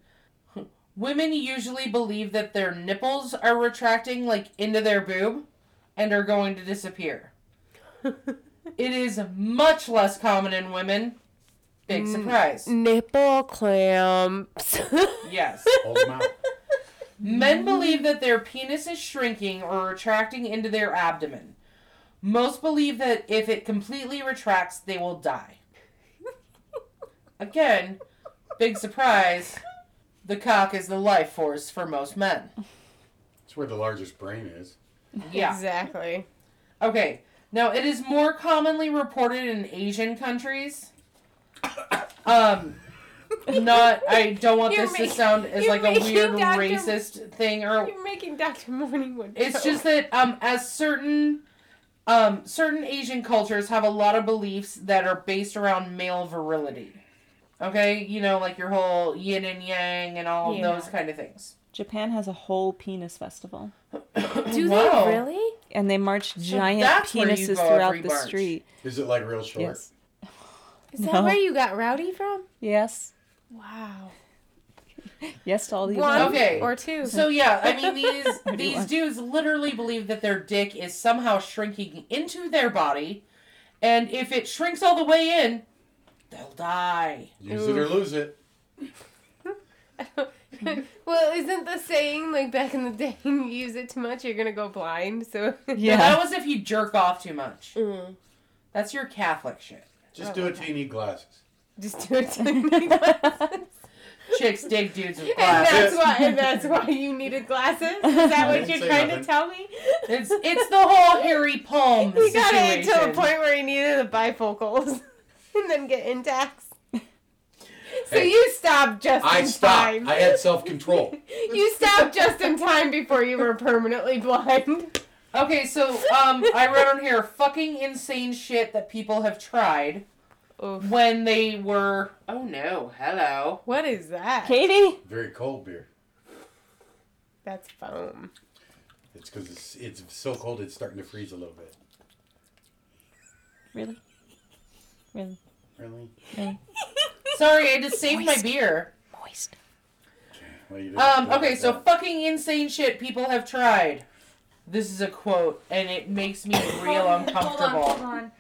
[SPEAKER 4] Women usually believe that their nipples are retracting, like into their boob, and are going to disappear. it is much less common in women.
[SPEAKER 3] Mm,
[SPEAKER 4] Big surprise.
[SPEAKER 2] Nipple clamps.
[SPEAKER 4] Yes.
[SPEAKER 7] Hold them out.
[SPEAKER 4] Men believe that their penis is shrinking or retracting into their abdomen. Most believe that if it completely retracts, they will die. Again, big surprise, the cock is the life force for most men.
[SPEAKER 7] It's where the largest brain is.
[SPEAKER 4] Yeah.
[SPEAKER 2] Exactly.
[SPEAKER 4] Okay. Now, it is more commonly reported in Asian countries. Um, not, I don't want
[SPEAKER 2] You're
[SPEAKER 4] this to
[SPEAKER 2] making-
[SPEAKER 4] sound as
[SPEAKER 2] you're
[SPEAKER 4] like a
[SPEAKER 2] making
[SPEAKER 4] weird
[SPEAKER 2] Dr.
[SPEAKER 4] racist thing or
[SPEAKER 2] You're making Doctor Morningwood.
[SPEAKER 4] It's
[SPEAKER 2] so-
[SPEAKER 4] just that um, as certain um, certain Asian cultures have a lot of beliefs that are based around male virility. Okay, you know, like your whole yin and yang and all of
[SPEAKER 2] Yeah.
[SPEAKER 4] those kind of things.
[SPEAKER 3] Japan has a whole penis festival,
[SPEAKER 2] Do
[SPEAKER 4] Wow.
[SPEAKER 2] they really?
[SPEAKER 3] and they march giant
[SPEAKER 4] that's where you
[SPEAKER 3] penises
[SPEAKER 4] go
[SPEAKER 3] throughout
[SPEAKER 4] every
[SPEAKER 3] the
[SPEAKER 4] March.
[SPEAKER 3] street.
[SPEAKER 7] Is it like real short?
[SPEAKER 3] Yes.
[SPEAKER 2] Is that
[SPEAKER 3] No.
[SPEAKER 2] where you got rowdy from?
[SPEAKER 3] Yes.
[SPEAKER 2] Wow.
[SPEAKER 3] Yes to all the
[SPEAKER 2] One
[SPEAKER 3] above.
[SPEAKER 4] Okay.
[SPEAKER 2] or two.
[SPEAKER 4] So yeah, I mean these
[SPEAKER 3] do
[SPEAKER 4] these
[SPEAKER 3] want-
[SPEAKER 4] dudes literally believe that their dick is somehow shrinking into their body, and if it shrinks all the way in, they'll die.
[SPEAKER 7] Use it or lose it.
[SPEAKER 2] well, isn't the saying like back in the day, you use it too much, you're gonna go blind? So
[SPEAKER 4] Yeah.
[SPEAKER 3] Yeah.
[SPEAKER 4] that was if you jerk off too much. That's your Catholic shit.
[SPEAKER 7] Just do it till you need glasses.
[SPEAKER 2] just do it. To and
[SPEAKER 4] Chicks dig dudes with glasses.
[SPEAKER 2] that's why. And that's why you needed glasses. Is that
[SPEAKER 7] I
[SPEAKER 2] what
[SPEAKER 7] didn't
[SPEAKER 2] you're
[SPEAKER 7] say
[SPEAKER 2] trying
[SPEAKER 7] nothing.
[SPEAKER 2] to tell me?
[SPEAKER 4] It's it's the whole Harry Palm
[SPEAKER 2] He
[SPEAKER 4] situation.
[SPEAKER 2] got it to the point where he needed the bifocals, and then get intax. So
[SPEAKER 7] Hey,
[SPEAKER 2] you stopped just
[SPEAKER 7] I
[SPEAKER 2] in
[SPEAKER 7] stopped.
[SPEAKER 2] time.
[SPEAKER 7] I had self control.
[SPEAKER 2] You stopped just in time before you were permanently blind.
[SPEAKER 4] Okay, so um, I wrote on here fucking insane shit that people have tried
[SPEAKER 2] Oof.
[SPEAKER 4] when they were. Oh no! Hello.
[SPEAKER 2] What is that?
[SPEAKER 3] Katie.
[SPEAKER 7] Very cold beer.
[SPEAKER 2] That's foam.
[SPEAKER 7] It's because it's, it's so cold it's starting to freeze a little bit.
[SPEAKER 3] Really. Really.
[SPEAKER 7] Really?
[SPEAKER 4] Sorry, I just saved my beer.
[SPEAKER 3] Moist.
[SPEAKER 7] Well, you didn't
[SPEAKER 4] Um.
[SPEAKER 7] do it
[SPEAKER 4] Okay,
[SPEAKER 7] like
[SPEAKER 4] so
[SPEAKER 7] that.
[SPEAKER 4] fucking insane shit people have tried. This is a quote, and it makes me real uncomfortable.
[SPEAKER 3] on.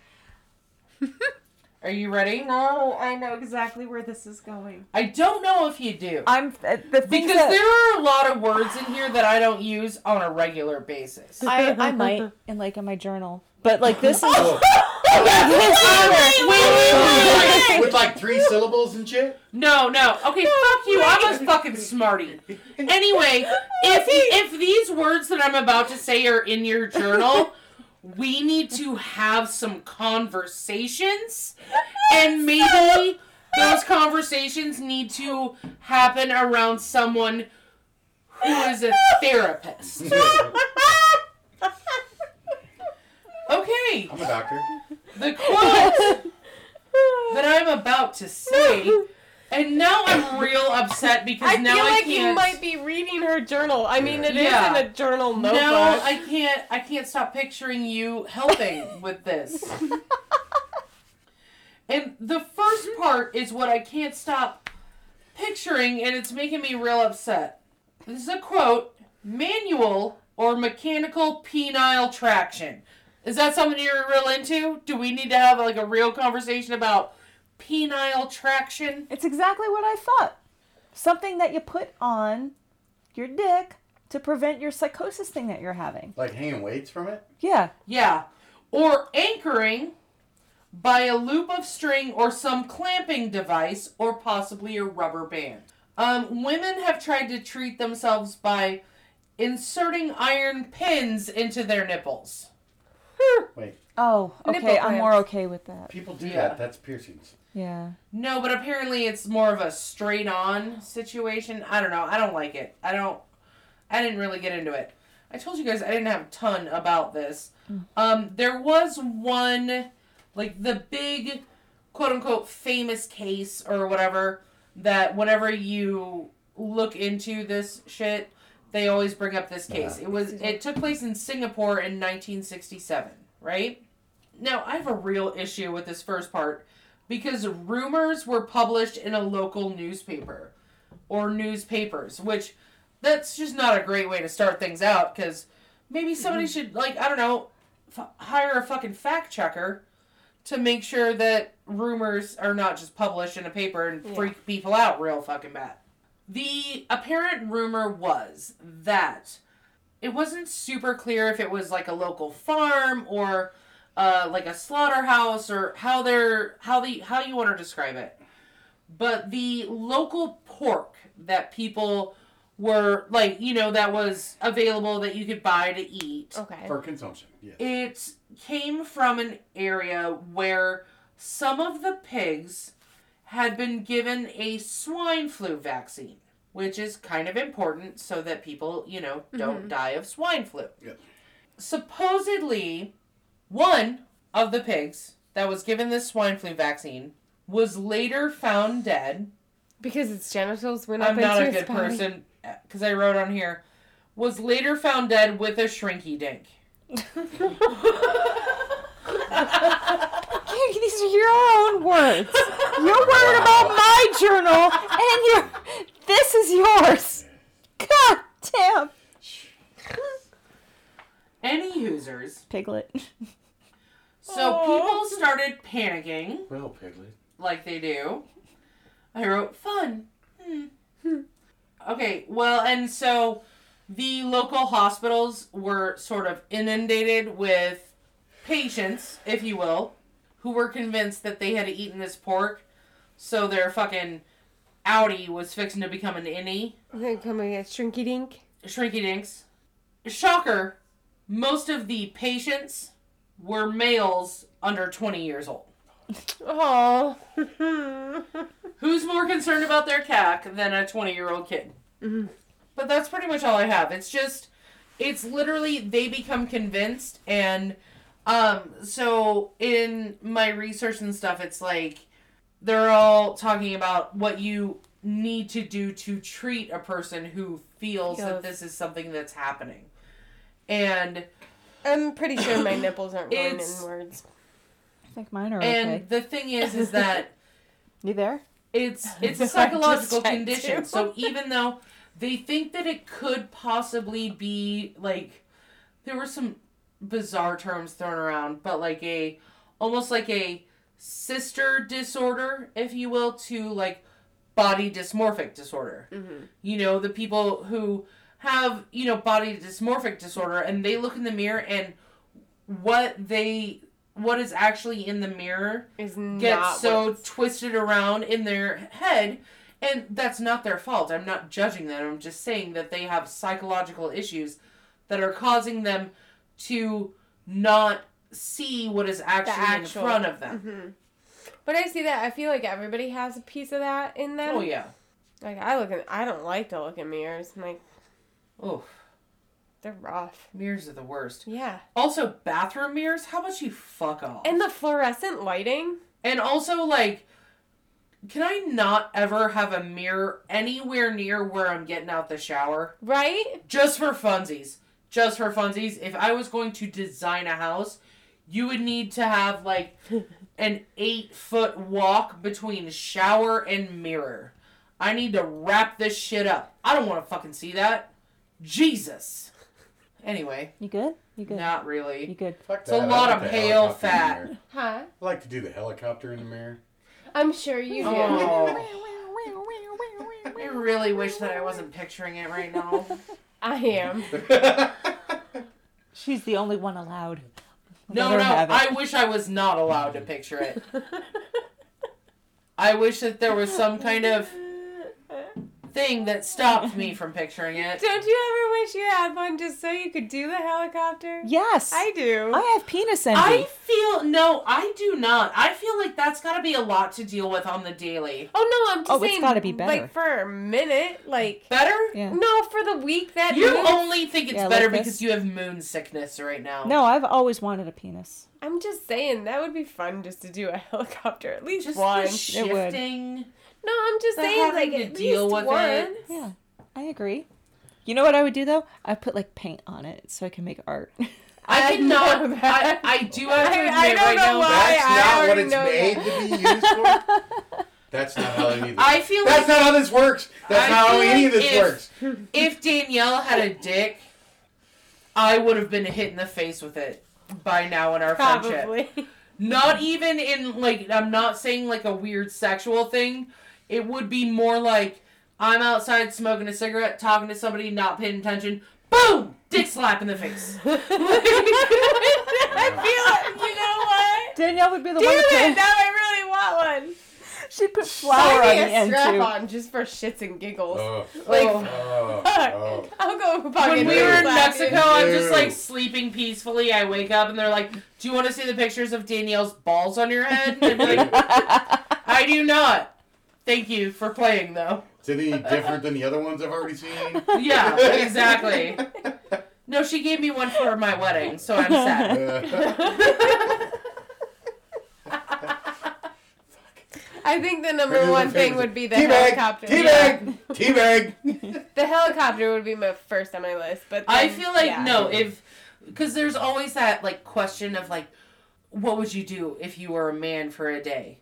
[SPEAKER 4] Are you ready?
[SPEAKER 3] No, I know exactly where this is going.
[SPEAKER 4] I don't know if you do.
[SPEAKER 3] I'm uh, the thing
[SPEAKER 4] Because
[SPEAKER 3] that
[SPEAKER 4] there are a lot of words in here that I don't use on a regular basis.
[SPEAKER 3] I, I might in like in my journal, but like this is.
[SPEAKER 4] Oh.
[SPEAKER 7] With like three syllables and shit?
[SPEAKER 4] No, no. Okay, fuck you. I'm a fucking smarty. Anyway, if if these words that I'm about to say are in your journal, we need to have some conversations, and maybe those conversations need to happen around someone who is a therapist. Okay,
[SPEAKER 7] I'm a doctor.
[SPEAKER 4] the quote that I'm about to say, and now I'm real upset because
[SPEAKER 2] I
[SPEAKER 4] now
[SPEAKER 2] feel
[SPEAKER 4] I
[SPEAKER 2] like
[SPEAKER 4] can't.
[SPEAKER 2] you might be reading her journal. I mean, it is
[SPEAKER 4] Yeah.
[SPEAKER 2] in a journal notebook.
[SPEAKER 4] No, I can't. I can't stop picturing you helping with this. And the first part is what I can't stop picturing, and it's making me real upset. This is a quote manual or mechanical penile traction. Is that something you're real into? Do we need to have like a real conversation about penile traction?
[SPEAKER 3] It's exactly what I thought. Something that you put on your dick to prevent your psychosis thing that you're having.
[SPEAKER 7] Like hanging weights from it?
[SPEAKER 3] Yeah.
[SPEAKER 4] Yeah. Or anchoring by a loop of string or some clamping device or possibly a rubber band. Um, women have tried to treat themselves by inserting iron pins into their nipples.
[SPEAKER 7] Wait,
[SPEAKER 3] Oh, okay.
[SPEAKER 2] Nipple
[SPEAKER 3] I'm more
[SPEAKER 2] clamps.
[SPEAKER 3] okay with that.
[SPEAKER 7] people do
[SPEAKER 4] Yeah.
[SPEAKER 7] that. That's piercings.
[SPEAKER 3] Yeah.
[SPEAKER 4] No, but apparently it's more of a straight on situation. I don't know. I don't like it. I don't I didn't really get into it. I told you guys I didn't have a ton about this. Um there was one like the big quote unquote famous case or whatever that whenever you look into this shit, they always bring up this case. It was it took place in Singapore in 1967, right? Now, I have a real issue with this first part because rumors were published in a local newspaper or newspapers, which that's just not a great way to start things out because maybe somebody should, like, I don't know, f- hire a fucking fact checker to make sure that rumors are not just published in a paper and freak people out real fucking bad. The apparent rumor was that it wasn't super clear if it was like a local farm or uh, like a slaughterhouse or how they're how the how you want to describe it. But the local pork that people were like, you know, that was available that you could buy to eat
[SPEAKER 2] Okay.
[SPEAKER 7] For consumption. Yeah.
[SPEAKER 4] it came from an area where some of the pigs had been given a swine flu vaccine, which is kind of important so that people, you know, don't die of swine flu.
[SPEAKER 7] Yep.
[SPEAKER 4] Supposedly, one of the pigs that was given this swine flu vaccine was later found dead.
[SPEAKER 2] Because its genitals went
[SPEAKER 4] I'm
[SPEAKER 2] up
[SPEAKER 4] not
[SPEAKER 2] into
[SPEAKER 4] a
[SPEAKER 2] his
[SPEAKER 4] good
[SPEAKER 2] body.
[SPEAKER 4] person because I wrote on here was later found dead with a shrinky dink.
[SPEAKER 3] Okay, These are your own words. You're worried about my journal, and your this is yours. God damn.
[SPEAKER 4] Any users
[SPEAKER 3] Piglet.
[SPEAKER 4] So people started panicking,
[SPEAKER 7] Well, Piglet.
[SPEAKER 4] like they do. I wrote fun. Hmm. okay, well, and so the local hospitals were sort of inundated with patients, if you will, who were convinced that they had eaten this pork, so their fucking outie was fixing to become an innie.
[SPEAKER 2] They're coming at Shrinky Dink.
[SPEAKER 4] Shrinky Dinks. Shocker, most of the patients were males under 20 years old.
[SPEAKER 2] Oh.
[SPEAKER 4] Who's more concerned about their cack than a 20 year old kid? But that's pretty much all I have. It's just, it's literally they become convinced. And um, so in my research and stuff, it's like they're all talking about what you need to do to treat a person who feels that
[SPEAKER 2] Yes.
[SPEAKER 4] this is something that's happening. And
[SPEAKER 2] I'm pretty sure my nipples aren't going
[SPEAKER 4] It's-
[SPEAKER 2] in words.
[SPEAKER 3] I think mine are
[SPEAKER 4] and
[SPEAKER 3] okay.
[SPEAKER 4] the thing is, is that
[SPEAKER 3] You there?
[SPEAKER 4] It's it's a psychological
[SPEAKER 3] checked
[SPEAKER 4] condition.
[SPEAKER 3] too.
[SPEAKER 4] So even though they think that it could possibly be like there were some bizarre terms thrown around, but like a almost like a sister disorder, if you will, to like body dysmorphic disorder. You know, the people who have, you know, body dysmorphic disorder and they look in the mirror and what they what is actually in the mirror
[SPEAKER 2] Is not
[SPEAKER 4] get so
[SPEAKER 2] words.
[SPEAKER 4] twisted around in their head and that's not their fault i'm not judging them i'm just saying that they have psychological issues that are causing them to not see what is actually
[SPEAKER 2] actual- Mm-hmm.
[SPEAKER 4] in front of them
[SPEAKER 2] But I see that. I feel like everybody has a piece of that in them.
[SPEAKER 4] oh yeah
[SPEAKER 2] Like I look at. I don't like to look in mirrors. I'm like
[SPEAKER 4] oh
[SPEAKER 2] they're rough.
[SPEAKER 4] mirrors are the worst
[SPEAKER 2] Yeah.
[SPEAKER 4] also bathroom mirrors how about you fuck off
[SPEAKER 2] And the fluorescent lighting.
[SPEAKER 4] And also, like, can I not ever have a mirror anywhere near where I'm getting out the shower?
[SPEAKER 2] Right.
[SPEAKER 4] Just for funsies. Just for funsies. If I was going to design a house, you would need to have like an eight foot walk between shower and mirror. I need to wrap this shit up. I don't want to fucking see that. Jesus. Anyway,
[SPEAKER 3] You good? You good?
[SPEAKER 4] not
[SPEAKER 3] You
[SPEAKER 4] really.
[SPEAKER 3] good?
[SPEAKER 7] Fuck
[SPEAKER 4] It's a
[SPEAKER 7] that, I
[SPEAKER 4] lot
[SPEAKER 7] like
[SPEAKER 4] of
[SPEAKER 7] the
[SPEAKER 4] pale
[SPEAKER 7] helicopter in the
[SPEAKER 4] fat.
[SPEAKER 7] mirror.
[SPEAKER 2] Huh?
[SPEAKER 7] I like to do the helicopter in the mirror.
[SPEAKER 2] I'm sure you do.
[SPEAKER 4] Oh. I really wish that I wasn't picturing it right now.
[SPEAKER 2] I am.
[SPEAKER 3] She's the only one allowed.
[SPEAKER 4] No,
[SPEAKER 3] Let her
[SPEAKER 4] no,
[SPEAKER 3] have it.
[SPEAKER 4] I wish I was not allowed to picture it. I wish that there was some kind of thing that stopped me from picturing it.
[SPEAKER 2] Don't you ever wish you had one just so you could do the helicopter?
[SPEAKER 3] Yes.
[SPEAKER 2] I do.
[SPEAKER 3] I have penis envy.
[SPEAKER 4] I feel no, I do not. I feel like that's got to be a lot to deal with on the daily.
[SPEAKER 2] oh no, I'm just
[SPEAKER 3] Oh, it's
[SPEAKER 2] saying.
[SPEAKER 3] gotta be better.
[SPEAKER 2] Like for a minute, like
[SPEAKER 4] Better?
[SPEAKER 3] Yeah.
[SPEAKER 2] no, for the week that
[SPEAKER 4] You
[SPEAKER 2] minute-
[SPEAKER 4] only think it's
[SPEAKER 3] Yeah,
[SPEAKER 4] better
[SPEAKER 3] like this.
[SPEAKER 4] because you have moon sickness right now.
[SPEAKER 3] No, I've always wanted a penis.
[SPEAKER 2] I'm just saying that would be fun just to do a helicopter at least
[SPEAKER 4] just
[SPEAKER 2] one.
[SPEAKER 4] the
[SPEAKER 3] it would.
[SPEAKER 4] shifting.
[SPEAKER 2] no, I'm just
[SPEAKER 4] the
[SPEAKER 2] saying like
[SPEAKER 4] having to
[SPEAKER 2] at
[SPEAKER 4] deal
[SPEAKER 2] least
[SPEAKER 4] with
[SPEAKER 2] one.
[SPEAKER 4] it.
[SPEAKER 3] Yeah, I agree. You know what I would do though? I put like paint on it so I can make art.
[SPEAKER 4] I,
[SPEAKER 2] I
[SPEAKER 4] did not.
[SPEAKER 2] know
[SPEAKER 4] I,
[SPEAKER 2] that.
[SPEAKER 4] I do have to
[SPEAKER 2] I-
[SPEAKER 4] admit
[SPEAKER 2] I don't
[SPEAKER 4] right
[SPEAKER 2] know
[SPEAKER 4] now.
[SPEAKER 2] why.
[SPEAKER 7] That's
[SPEAKER 2] I
[SPEAKER 7] not what
[SPEAKER 2] already
[SPEAKER 7] it's
[SPEAKER 2] know
[SPEAKER 7] made to be used for. That's not how any of this.
[SPEAKER 4] I feel
[SPEAKER 7] That's
[SPEAKER 4] like
[SPEAKER 7] not how this works. That's
[SPEAKER 4] I
[SPEAKER 7] not how
[SPEAKER 4] feel
[SPEAKER 7] any of
[SPEAKER 4] like
[SPEAKER 7] this
[SPEAKER 4] if-
[SPEAKER 7] works.
[SPEAKER 4] if Danielle had a dick, I would have been hit in the face with it by now in our friendship.
[SPEAKER 2] Probably.
[SPEAKER 4] Not even in like I'm not saying like a weird sexual thing. It would be more like I'm outside smoking a cigarette, talking to somebody, not paying attention. Boom! Dick slap in the face.
[SPEAKER 2] I feel like, you know what?
[SPEAKER 3] Danielle would be the one.
[SPEAKER 2] Damn
[SPEAKER 3] that
[SPEAKER 2] it! Now I really want one.
[SPEAKER 3] put- She'd put flour on
[SPEAKER 2] Buy
[SPEAKER 3] the
[SPEAKER 2] me a
[SPEAKER 3] end
[SPEAKER 2] strap
[SPEAKER 3] too.
[SPEAKER 2] on just for shits and giggles.
[SPEAKER 7] Oh,
[SPEAKER 2] like
[SPEAKER 7] oh,
[SPEAKER 2] fuck.
[SPEAKER 7] oh.
[SPEAKER 2] I'll go
[SPEAKER 4] when
[SPEAKER 2] fucking
[SPEAKER 4] we were in
[SPEAKER 2] slap you.
[SPEAKER 4] Mexico, I'm just
[SPEAKER 7] Ew.
[SPEAKER 4] like sleeping peacefully. I wake up and they're like, "Do you want to see the pictures of Danielle's balls on your head?" And I'm like, I do not. Thank you for playing, though.
[SPEAKER 7] Is it any different than the other ones I've already seen?
[SPEAKER 4] Yeah, exactly. No, she gave me one for my wedding, so I'm sad.
[SPEAKER 7] Uh,
[SPEAKER 2] I think the number
[SPEAKER 7] Regular
[SPEAKER 2] one thing
[SPEAKER 7] favorites.
[SPEAKER 2] would be the
[SPEAKER 7] Teabag,
[SPEAKER 2] helicopter.
[SPEAKER 7] Teabag! Teabag!
[SPEAKER 2] The helicopter would be my first on my list, but
[SPEAKER 4] I
[SPEAKER 2] then-
[SPEAKER 4] feel like
[SPEAKER 2] yeah.
[SPEAKER 4] no, if because there's always that like question of like, what would you do if you were a man for a day?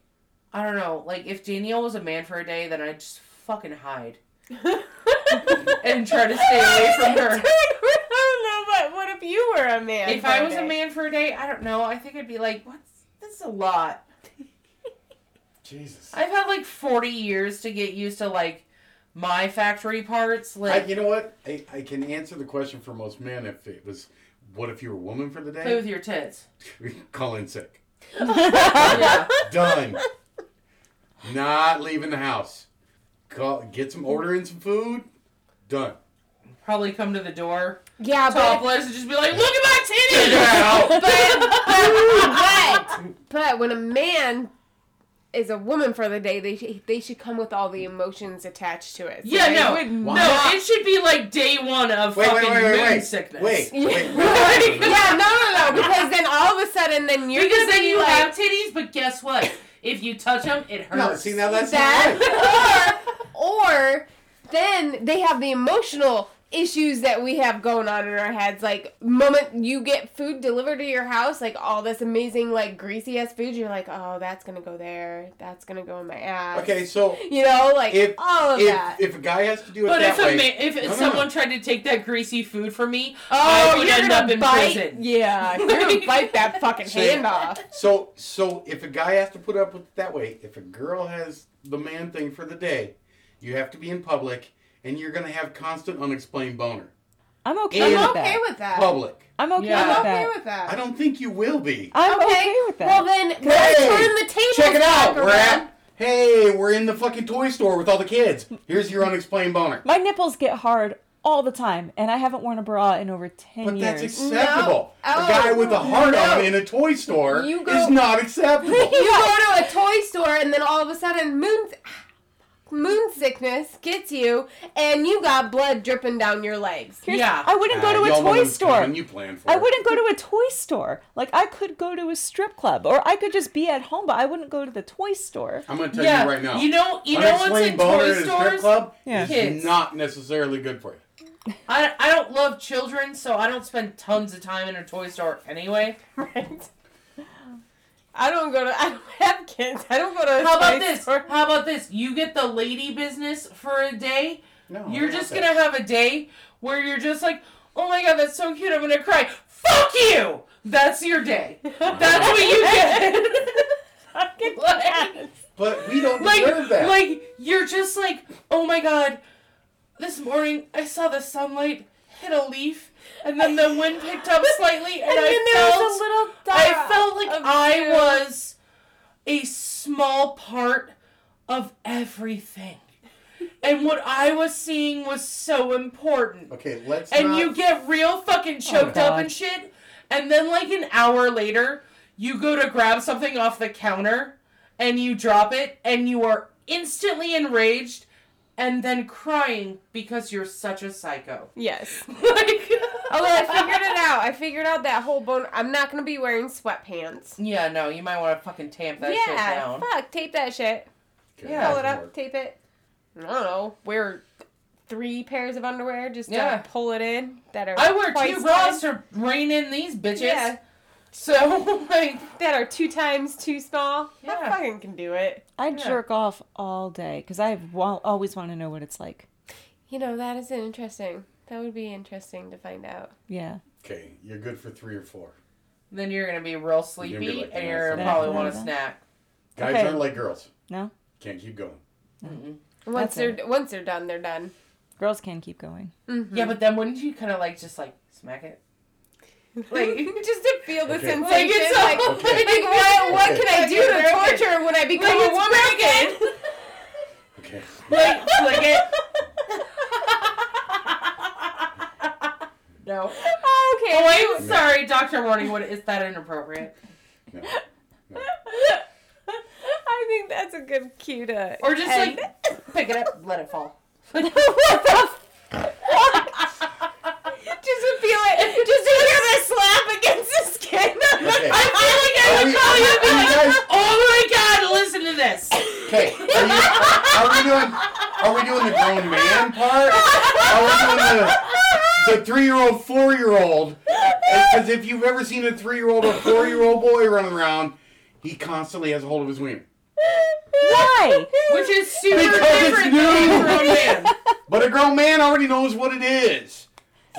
[SPEAKER 4] I don't know. Like if Danielle was a man for a day, then I'd just fucking hide and try to stay away from her.
[SPEAKER 2] I don't know, but what if you were a man?
[SPEAKER 4] If I was a
[SPEAKER 2] Friday?
[SPEAKER 4] man for a day, I don't know. I think I'd be like, what's this is a lot.
[SPEAKER 7] Jesus.
[SPEAKER 4] I've had like 40 years to get used to like my factory parts.
[SPEAKER 7] I,
[SPEAKER 4] Like
[SPEAKER 7] you know what? I, I can answer the question for most men if it was, what if you were a woman for the
[SPEAKER 4] play with
[SPEAKER 7] day?
[SPEAKER 4] your tits.
[SPEAKER 7] Call in sick.
[SPEAKER 4] Yeah.
[SPEAKER 7] Done. Not leaving the house. Call, get some order in some food. Done.
[SPEAKER 4] Probably come to the door,
[SPEAKER 2] yeah, but,
[SPEAKER 4] topless, and just be like, look at my
[SPEAKER 7] Get
[SPEAKER 4] titties.
[SPEAKER 7] out.
[SPEAKER 2] but but when a man is a woman for the day, they sh- they should come with all the emotions attached to it. So
[SPEAKER 4] Yeah,
[SPEAKER 2] they
[SPEAKER 4] no,
[SPEAKER 2] would
[SPEAKER 4] no.
[SPEAKER 7] not-
[SPEAKER 4] It should be like day one of
[SPEAKER 7] Wait, wait,
[SPEAKER 4] fucking
[SPEAKER 7] wait, wait,
[SPEAKER 4] moon
[SPEAKER 7] wait.
[SPEAKER 4] sickness.
[SPEAKER 7] Wait, wait, wait.
[SPEAKER 2] yeah, no, no, no, because then all of a sudden, then you're
[SPEAKER 4] because
[SPEAKER 2] gonna
[SPEAKER 4] then
[SPEAKER 2] be
[SPEAKER 4] you
[SPEAKER 2] like,
[SPEAKER 4] have titties, but guess what? If you touch them, it hurts.
[SPEAKER 7] No, see, now that's not right.
[SPEAKER 2] that or or then they have the emotional issues that we have going on in our heads like moment you get food delivered to your house like all this amazing like greasy ass food you're like oh that's gonna go there that's gonna go in my ass
[SPEAKER 7] Okay, so
[SPEAKER 2] you know like
[SPEAKER 7] if,
[SPEAKER 2] all of
[SPEAKER 7] if,
[SPEAKER 2] that
[SPEAKER 7] if a guy has to do it
[SPEAKER 4] But
[SPEAKER 7] that
[SPEAKER 4] if a
[SPEAKER 7] way,
[SPEAKER 4] ma- if
[SPEAKER 7] no, no,
[SPEAKER 4] someone
[SPEAKER 7] no.
[SPEAKER 4] tried to take that greasy food from me,
[SPEAKER 2] oh
[SPEAKER 4] I would
[SPEAKER 2] you're
[SPEAKER 4] end
[SPEAKER 2] gonna
[SPEAKER 4] up in
[SPEAKER 2] bite
[SPEAKER 4] prison.
[SPEAKER 2] yeah you're gonna bite that fucking
[SPEAKER 7] See?
[SPEAKER 2] hand off
[SPEAKER 7] So so if a guy has to put up with it that way, if a girl has the man thing for the day, you have to be in public and you're gonna have constant unexplained boner.
[SPEAKER 3] I'm okay
[SPEAKER 7] I'm
[SPEAKER 3] with
[SPEAKER 2] i'm
[SPEAKER 3] that.
[SPEAKER 2] okay with that
[SPEAKER 7] Public.
[SPEAKER 3] I'm okay
[SPEAKER 4] Yeah.
[SPEAKER 2] i'm
[SPEAKER 3] with
[SPEAKER 2] okay
[SPEAKER 3] that.
[SPEAKER 2] with that
[SPEAKER 7] I don't think you will be.
[SPEAKER 3] I'm okay.
[SPEAKER 2] okay.
[SPEAKER 3] with that.
[SPEAKER 2] well then let's
[SPEAKER 7] Hey,
[SPEAKER 2] turn the table
[SPEAKER 7] Check it out. We're at Hey, we're in the fucking toy store with all the kids. Here's your unexplained boner.
[SPEAKER 3] My nipples get hard all the time, and I haven't worn a bra in over ten
[SPEAKER 7] But that's
[SPEAKER 3] years.
[SPEAKER 7] acceptable.
[SPEAKER 2] No.
[SPEAKER 7] A guy
[SPEAKER 4] Oh.
[SPEAKER 7] with a hard on
[SPEAKER 2] No.
[SPEAKER 7] in a toy store
[SPEAKER 2] You go-
[SPEAKER 7] is not acceptable.
[SPEAKER 2] you go to a toy store and then all of a sudden moon moon sickness gets you and you got blood dripping down your legs
[SPEAKER 3] Here's-
[SPEAKER 4] Yeah.
[SPEAKER 3] I wouldn't
[SPEAKER 7] Ah,
[SPEAKER 3] go to a
[SPEAKER 7] y'all know
[SPEAKER 3] toy
[SPEAKER 7] what's
[SPEAKER 3] store.
[SPEAKER 7] coming. You plan for
[SPEAKER 3] I
[SPEAKER 7] it.
[SPEAKER 3] wouldn't go to a toy store. Like I could go to a strip club, or I could just be at home, but I wouldn't go to the toy store.
[SPEAKER 7] I'm gonna tell
[SPEAKER 4] yeah,
[SPEAKER 7] you right now.
[SPEAKER 4] you know, you know what's
[SPEAKER 7] Unexplained
[SPEAKER 4] in
[SPEAKER 7] boner
[SPEAKER 4] toy
[SPEAKER 7] at a strip
[SPEAKER 4] stores?
[SPEAKER 7] club
[SPEAKER 3] Yeah.
[SPEAKER 7] is
[SPEAKER 4] Kids.
[SPEAKER 7] not necessarily good for you.
[SPEAKER 4] I I don't love children, so I don't spend tons of time in a toy store anyway.
[SPEAKER 2] right I don't go to. I don't have kids. I don't go to. a
[SPEAKER 4] How about
[SPEAKER 2] spice
[SPEAKER 4] this?
[SPEAKER 2] store.
[SPEAKER 4] How about this? You get the lady business for a day.
[SPEAKER 7] No, I
[SPEAKER 4] You're
[SPEAKER 7] don't
[SPEAKER 4] just
[SPEAKER 7] want
[SPEAKER 4] gonna have a day where you're just like, oh my god, that's so cute. I'm gonna cry. Fuck you. That's your day. That's what you get.
[SPEAKER 3] Fucking
[SPEAKER 4] Like-
[SPEAKER 7] But we don't deserve
[SPEAKER 4] like,
[SPEAKER 7] that.
[SPEAKER 4] like you're just like, oh my god. This morning I saw the sunlight hit a leaf, and then the wind picked up slightly, and,
[SPEAKER 2] And
[SPEAKER 4] I
[SPEAKER 2] then there
[SPEAKER 4] felt
[SPEAKER 2] was a little dot.
[SPEAKER 4] I felt like
[SPEAKER 2] of
[SPEAKER 4] I
[SPEAKER 2] you.
[SPEAKER 4] was a small part of everything. And what I was seeing was so important.
[SPEAKER 7] okay, let's.
[SPEAKER 4] And
[SPEAKER 7] not-
[SPEAKER 4] you get real fucking choked up
[SPEAKER 3] God.
[SPEAKER 4] and shit. And then, like, an hour later, you go to grab something off the counter and you drop it and you are instantly enraged and then crying because you're such a psycho.
[SPEAKER 2] Yes.
[SPEAKER 4] like, Oh,
[SPEAKER 2] Although Oh, I figured it out. I figured out that whole bone. I'm not gonna be wearing sweatpants.
[SPEAKER 4] yeah, no, you might want to fucking tamp that shit
[SPEAKER 2] yeah.
[SPEAKER 4] down.
[SPEAKER 2] Fuck. Tape that shit.
[SPEAKER 7] Okay,
[SPEAKER 4] yeah.
[SPEAKER 2] Pull
[SPEAKER 7] that's
[SPEAKER 2] it up.
[SPEAKER 7] more.
[SPEAKER 2] Tape it. I don't know. Wear three pairs of underwear just
[SPEAKER 4] Yeah.
[SPEAKER 2] to pull it in. That are
[SPEAKER 4] I wear
[SPEAKER 2] twice
[SPEAKER 4] two bras
[SPEAKER 2] times-
[SPEAKER 4] to rein in these bitches.
[SPEAKER 2] Yeah.
[SPEAKER 4] So like,
[SPEAKER 2] That are two times too small. I
[SPEAKER 4] Yeah.
[SPEAKER 2] fucking can do it.
[SPEAKER 3] I jerk off all day because I wa- always want to know what it's like.
[SPEAKER 2] You know that is interesting. That would be interesting to find out.
[SPEAKER 3] Yeah.
[SPEAKER 7] Okay, you're good for three or four.
[SPEAKER 4] then you're gonna be real sleepy
[SPEAKER 7] You're gonna be like,
[SPEAKER 4] and you're gonna
[SPEAKER 3] "Yeah,
[SPEAKER 4] probably
[SPEAKER 3] yeah,
[SPEAKER 4] want a
[SPEAKER 3] yeah."
[SPEAKER 4] snack.
[SPEAKER 7] Guys
[SPEAKER 3] Okay.
[SPEAKER 7] aren't like girls.
[SPEAKER 3] No?
[SPEAKER 7] Can't keep going.
[SPEAKER 2] Once
[SPEAKER 3] That's it.
[SPEAKER 2] they're once they're done, they're done.
[SPEAKER 3] Girls can keep going.
[SPEAKER 4] Yeah, but then wouldn't you kind of like just like smack it?
[SPEAKER 2] Like just to feel the
[SPEAKER 7] Okay.
[SPEAKER 2] sensation.
[SPEAKER 4] Like it's
[SPEAKER 2] like,
[SPEAKER 4] all
[SPEAKER 7] Okay.
[SPEAKER 2] like, what what
[SPEAKER 7] Okay.
[SPEAKER 2] can I do to torture when I
[SPEAKER 4] Like,
[SPEAKER 2] become a
[SPEAKER 4] it's
[SPEAKER 2] woman again?
[SPEAKER 7] Okay.
[SPEAKER 4] like flick it. no.
[SPEAKER 2] okay.
[SPEAKER 4] Oh, I'm sorry, Doctor Morningwood. Is that inappropriate?
[SPEAKER 7] No.
[SPEAKER 2] I think that's a good cue to
[SPEAKER 4] Or just
[SPEAKER 2] end.
[SPEAKER 4] like pick it up, let it fall.
[SPEAKER 2] what the fuck? just to feel it just to hear the slap against the skin.
[SPEAKER 7] Okay.
[SPEAKER 4] I feel like I
[SPEAKER 7] Are
[SPEAKER 4] would
[SPEAKER 7] we-
[SPEAKER 4] call you and be
[SPEAKER 7] are you
[SPEAKER 4] like,
[SPEAKER 7] guys-
[SPEAKER 4] "Oh my God, listen to this."
[SPEAKER 7] Okay. Are, you, are we doing? Are we doing the grown man part? Are we doing the, the three-year-old, four-year-old? Because if you've ever seen a three-year-old or four-year-old boy running around, he constantly has a hold of his wiener.
[SPEAKER 3] Why?
[SPEAKER 4] Which is super
[SPEAKER 7] Because it's
[SPEAKER 4] different than
[SPEAKER 7] new.
[SPEAKER 4] a grown man.
[SPEAKER 7] But a grown man already knows what it is.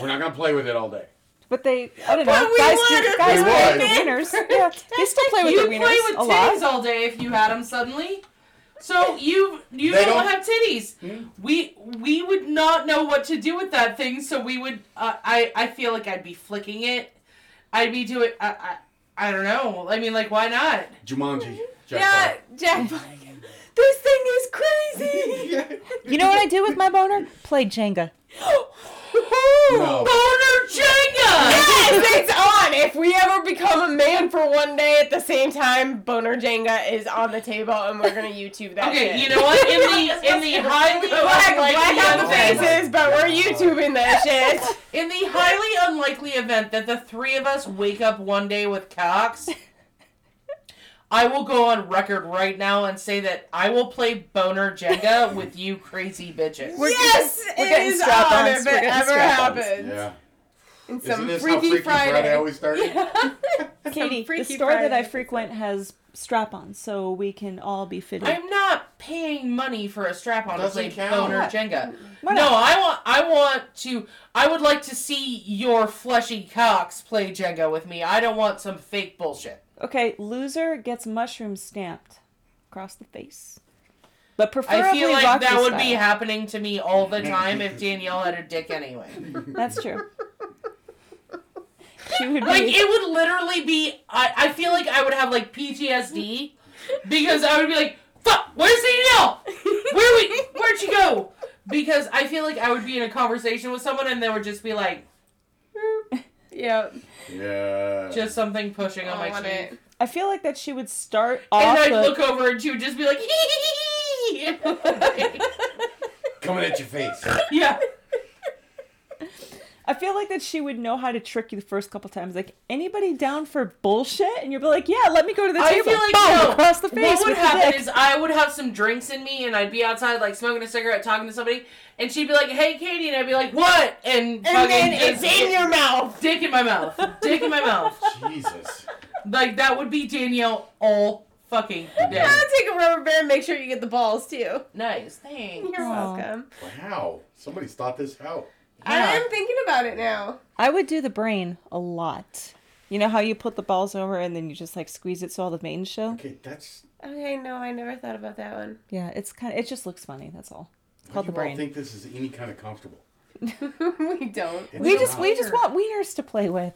[SPEAKER 7] We're not gonna play with it all day.
[SPEAKER 3] But they, I don't know.
[SPEAKER 2] we
[SPEAKER 3] Guys,
[SPEAKER 2] wanted
[SPEAKER 3] do, guys
[SPEAKER 7] We
[SPEAKER 3] play with
[SPEAKER 7] wanted.
[SPEAKER 3] their wieners. Yeah, they still play with
[SPEAKER 4] You
[SPEAKER 3] their
[SPEAKER 4] play
[SPEAKER 3] wieners
[SPEAKER 4] with
[SPEAKER 3] a lot.
[SPEAKER 4] titties all day if you had them suddenly. So you you
[SPEAKER 7] They
[SPEAKER 4] don't,
[SPEAKER 7] don't-
[SPEAKER 4] have titties. We we would not know what to do with that thing. So we would. Uh, I I feel like I'd be flicking it. I'd be doing. I I, I don't know. I mean, like, why not?
[SPEAKER 7] Jumanji.
[SPEAKER 2] Yeah,
[SPEAKER 7] Jack
[SPEAKER 2] Jack Black. This thing is crazy.
[SPEAKER 7] yeah.
[SPEAKER 3] You know what I do with my boner? Play Jenga.
[SPEAKER 7] No.
[SPEAKER 4] Boner Jenga.
[SPEAKER 2] Yes, it's on. If we ever become a man for one day at the same time, boner Jenga is on the table, and we're gonna YouTube that.
[SPEAKER 4] Okay,
[SPEAKER 2] shit.
[SPEAKER 4] you know what? In the in the highly
[SPEAKER 2] Black, black
[SPEAKER 4] unlikely
[SPEAKER 2] out the
[SPEAKER 4] event-
[SPEAKER 2] faces, but we're YouTubing that shit.
[SPEAKER 4] in the highly unlikely event that the three of us wake up one day with cocks, I will go on record right now and say that I will play boner Jenga with you crazy bitches.
[SPEAKER 2] yes,
[SPEAKER 3] we're
[SPEAKER 2] it
[SPEAKER 3] getting
[SPEAKER 2] is on
[SPEAKER 3] strap-ons.
[SPEAKER 2] if
[SPEAKER 3] We're
[SPEAKER 2] it
[SPEAKER 3] getting
[SPEAKER 2] ever
[SPEAKER 3] strap-ons.
[SPEAKER 2] happens.
[SPEAKER 7] Yeah.
[SPEAKER 2] In
[SPEAKER 7] Isn't
[SPEAKER 2] some
[SPEAKER 7] this how
[SPEAKER 2] Freaky,
[SPEAKER 7] Freaky Friday,
[SPEAKER 2] Friday.
[SPEAKER 7] always started?
[SPEAKER 3] Katie, the
[SPEAKER 2] Freaky
[SPEAKER 3] store that I
[SPEAKER 2] Friday.
[SPEAKER 3] frequent has strap-ons, so we can all be fitted.
[SPEAKER 4] I'm not paying money for a strap on to
[SPEAKER 7] Doesn't
[SPEAKER 4] play
[SPEAKER 7] count.
[SPEAKER 4] boner Jenga.
[SPEAKER 3] Why
[SPEAKER 4] no,
[SPEAKER 3] not?
[SPEAKER 4] I want I want to I would like to see your fleshy cocks play Jenga with me. I don't want some fake bullshit.
[SPEAKER 3] Okay, loser gets mushroom stamped across the face, but preferably
[SPEAKER 4] I feel like
[SPEAKER 3] Rocky
[SPEAKER 4] that would be
[SPEAKER 3] style.
[SPEAKER 4] happening to me all the time if Danielle had a dick anyway.
[SPEAKER 3] That's true. she would be.
[SPEAKER 4] Like it would literally be. I, I feel like I would have like PTSD because I would be like, "Fuck, where's Danielle? Where we? Where'd she go?" Because I feel like I would be in a conversation with someone and they would just be like,
[SPEAKER 2] Yeah,
[SPEAKER 7] Yeah.
[SPEAKER 4] just something pushing
[SPEAKER 3] Oh,
[SPEAKER 4] on
[SPEAKER 2] I
[SPEAKER 4] my
[SPEAKER 2] want
[SPEAKER 4] cheek,
[SPEAKER 2] it.
[SPEAKER 3] I feel like that she would start
[SPEAKER 4] and
[SPEAKER 3] off.
[SPEAKER 4] I'd look
[SPEAKER 3] with-
[SPEAKER 4] over and she would just be like, "Hee hee hee."
[SPEAKER 7] coming at your face.
[SPEAKER 4] Yeah.
[SPEAKER 3] I feel like that she would know how to trick you the first couple times. Like anybody down for bullshit, and you'll be like, "Yeah, let me go to the
[SPEAKER 4] I
[SPEAKER 3] table."
[SPEAKER 4] feel like
[SPEAKER 3] Boom,
[SPEAKER 4] no.
[SPEAKER 3] across the
[SPEAKER 4] What
[SPEAKER 3] face.
[SPEAKER 4] would
[SPEAKER 3] with the
[SPEAKER 4] happen
[SPEAKER 3] dick.
[SPEAKER 4] is I would have some drinks in me, and I'd be outside like smoking a cigarette, talking to somebody, and she'd be like, "Hey, Katie," and I'd be like, "What?" And,
[SPEAKER 2] And then
[SPEAKER 4] fucking
[SPEAKER 2] it's
[SPEAKER 4] just-
[SPEAKER 2] in your mouth.
[SPEAKER 4] dick in my mouth, dick in my mouth.
[SPEAKER 7] Jesus.
[SPEAKER 4] Like that would be Danielle all fucking day.
[SPEAKER 2] I'll take a rubber band. Make sure you get the balls too.
[SPEAKER 4] nice, thanks.
[SPEAKER 2] You're
[SPEAKER 3] Aw.
[SPEAKER 2] welcome.
[SPEAKER 7] Wow. Somebody's thought this out.
[SPEAKER 2] I
[SPEAKER 4] Yeah.
[SPEAKER 2] am thinking about it now.
[SPEAKER 3] I would do the brain a lot. You know how you put the balls over and then you just like squeeze it so all the veins show?
[SPEAKER 7] Okay, that's.
[SPEAKER 2] Okay, no, I never thought about that one.
[SPEAKER 3] Yeah, it's kind of, it just looks funny. That's all. It's
[SPEAKER 7] Why
[SPEAKER 3] called
[SPEAKER 7] do
[SPEAKER 3] the
[SPEAKER 7] you all
[SPEAKER 3] brain.
[SPEAKER 7] think this is any kind of comfortable?
[SPEAKER 2] we don't.
[SPEAKER 7] It's
[SPEAKER 3] We just
[SPEAKER 7] not.
[SPEAKER 3] we just want wieners to play with.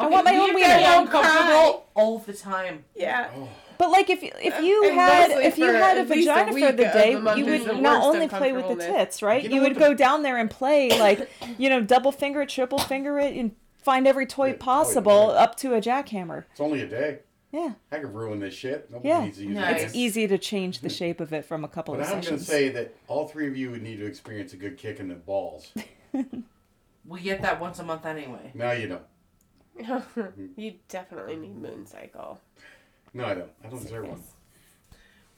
[SPEAKER 3] I
[SPEAKER 4] Okay,
[SPEAKER 3] want my own
[SPEAKER 4] leave that
[SPEAKER 3] wiener.
[SPEAKER 4] alone, comfortable all the time.
[SPEAKER 2] Yeah.
[SPEAKER 7] Oh,
[SPEAKER 3] But like if if you
[SPEAKER 2] And
[SPEAKER 3] had
[SPEAKER 2] mostly
[SPEAKER 3] if you
[SPEAKER 2] for
[SPEAKER 3] had a
[SPEAKER 2] at least a
[SPEAKER 3] vagina for
[SPEAKER 2] week
[SPEAKER 3] the
[SPEAKER 2] of
[SPEAKER 3] day,
[SPEAKER 2] the month
[SPEAKER 3] you
[SPEAKER 2] is the
[SPEAKER 3] would not
[SPEAKER 2] worst
[SPEAKER 3] only play with the
[SPEAKER 2] uncomfortableness.
[SPEAKER 3] tits, right?
[SPEAKER 7] You
[SPEAKER 3] You,
[SPEAKER 7] know
[SPEAKER 3] would
[SPEAKER 7] what
[SPEAKER 3] go
[SPEAKER 7] the-
[SPEAKER 3] down there and play like you know double finger, triple finger it, and find every toy
[SPEAKER 7] Yeah, toy,
[SPEAKER 3] possible
[SPEAKER 7] yeah.
[SPEAKER 3] up to a jackhammer.
[SPEAKER 7] it's only a day.
[SPEAKER 3] Yeah,
[SPEAKER 7] I could ruin this shit. Nobody
[SPEAKER 3] Yeah.
[SPEAKER 7] needs to use
[SPEAKER 4] Nice.
[SPEAKER 7] this.
[SPEAKER 3] it's easy to change the shape of it from a couple
[SPEAKER 7] But
[SPEAKER 3] of
[SPEAKER 7] I'm going to
[SPEAKER 3] sessions.
[SPEAKER 7] say that all three of you would need to experience a good kick in the balls.
[SPEAKER 4] We get that once a month anyway.
[SPEAKER 7] no, you don't. Oh.
[SPEAKER 2] you definitely need moon cycle.
[SPEAKER 7] No, I don't. I don't deserve one.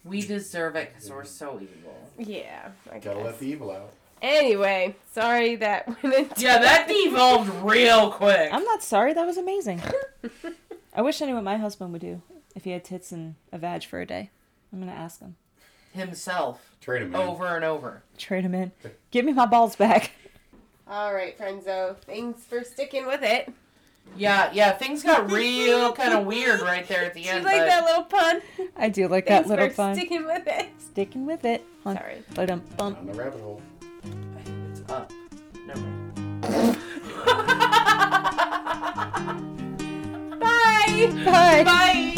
[SPEAKER 4] We deserve it because we're so evil.
[SPEAKER 2] Yeah, I
[SPEAKER 7] Gotta
[SPEAKER 2] guess.
[SPEAKER 7] let the evil out.
[SPEAKER 2] Anyway, sorry that went into
[SPEAKER 4] Yeah, that devolved real quick.
[SPEAKER 3] I'm not sorry. That was amazing. I wish I knew what my husband would do if he had tits and a vag for a day. I'm gonna ask him.
[SPEAKER 4] Himself
[SPEAKER 7] Trade him in.
[SPEAKER 4] over and over.
[SPEAKER 3] Trade him in. Give me my balls back.
[SPEAKER 2] All right, friendzo. Thanks for sticking with it.
[SPEAKER 4] Yeah, yeah. Things got real kind of weird right there at the
[SPEAKER 2] Did you
[SPEAKER 4] end.
[SPEAKER 2] like
[SPEAKER 4] but
[SPEAKER 2] that little pun?
[SPEAKER 3] I do like
[SPEAKER 2] Thanks
[SPEAKER 3] that little
[SPEAKER 2] for
[SPEAKER 3] fun.
[SPEAKER 2] sticking with it.
[SPEAKER 3] Sticking with it. Hun-
[SPEAKER 2] Sorry.
[SPEAKER 3] ba-dum, bum.
[SPEAKER 7] On the rabbit hole.
[SPEAKER 4] It's up. Never mind.
[SPEAKER 2] Bye.
[SPEAKER 3] Bye.
[SPEAKER 2] Bye.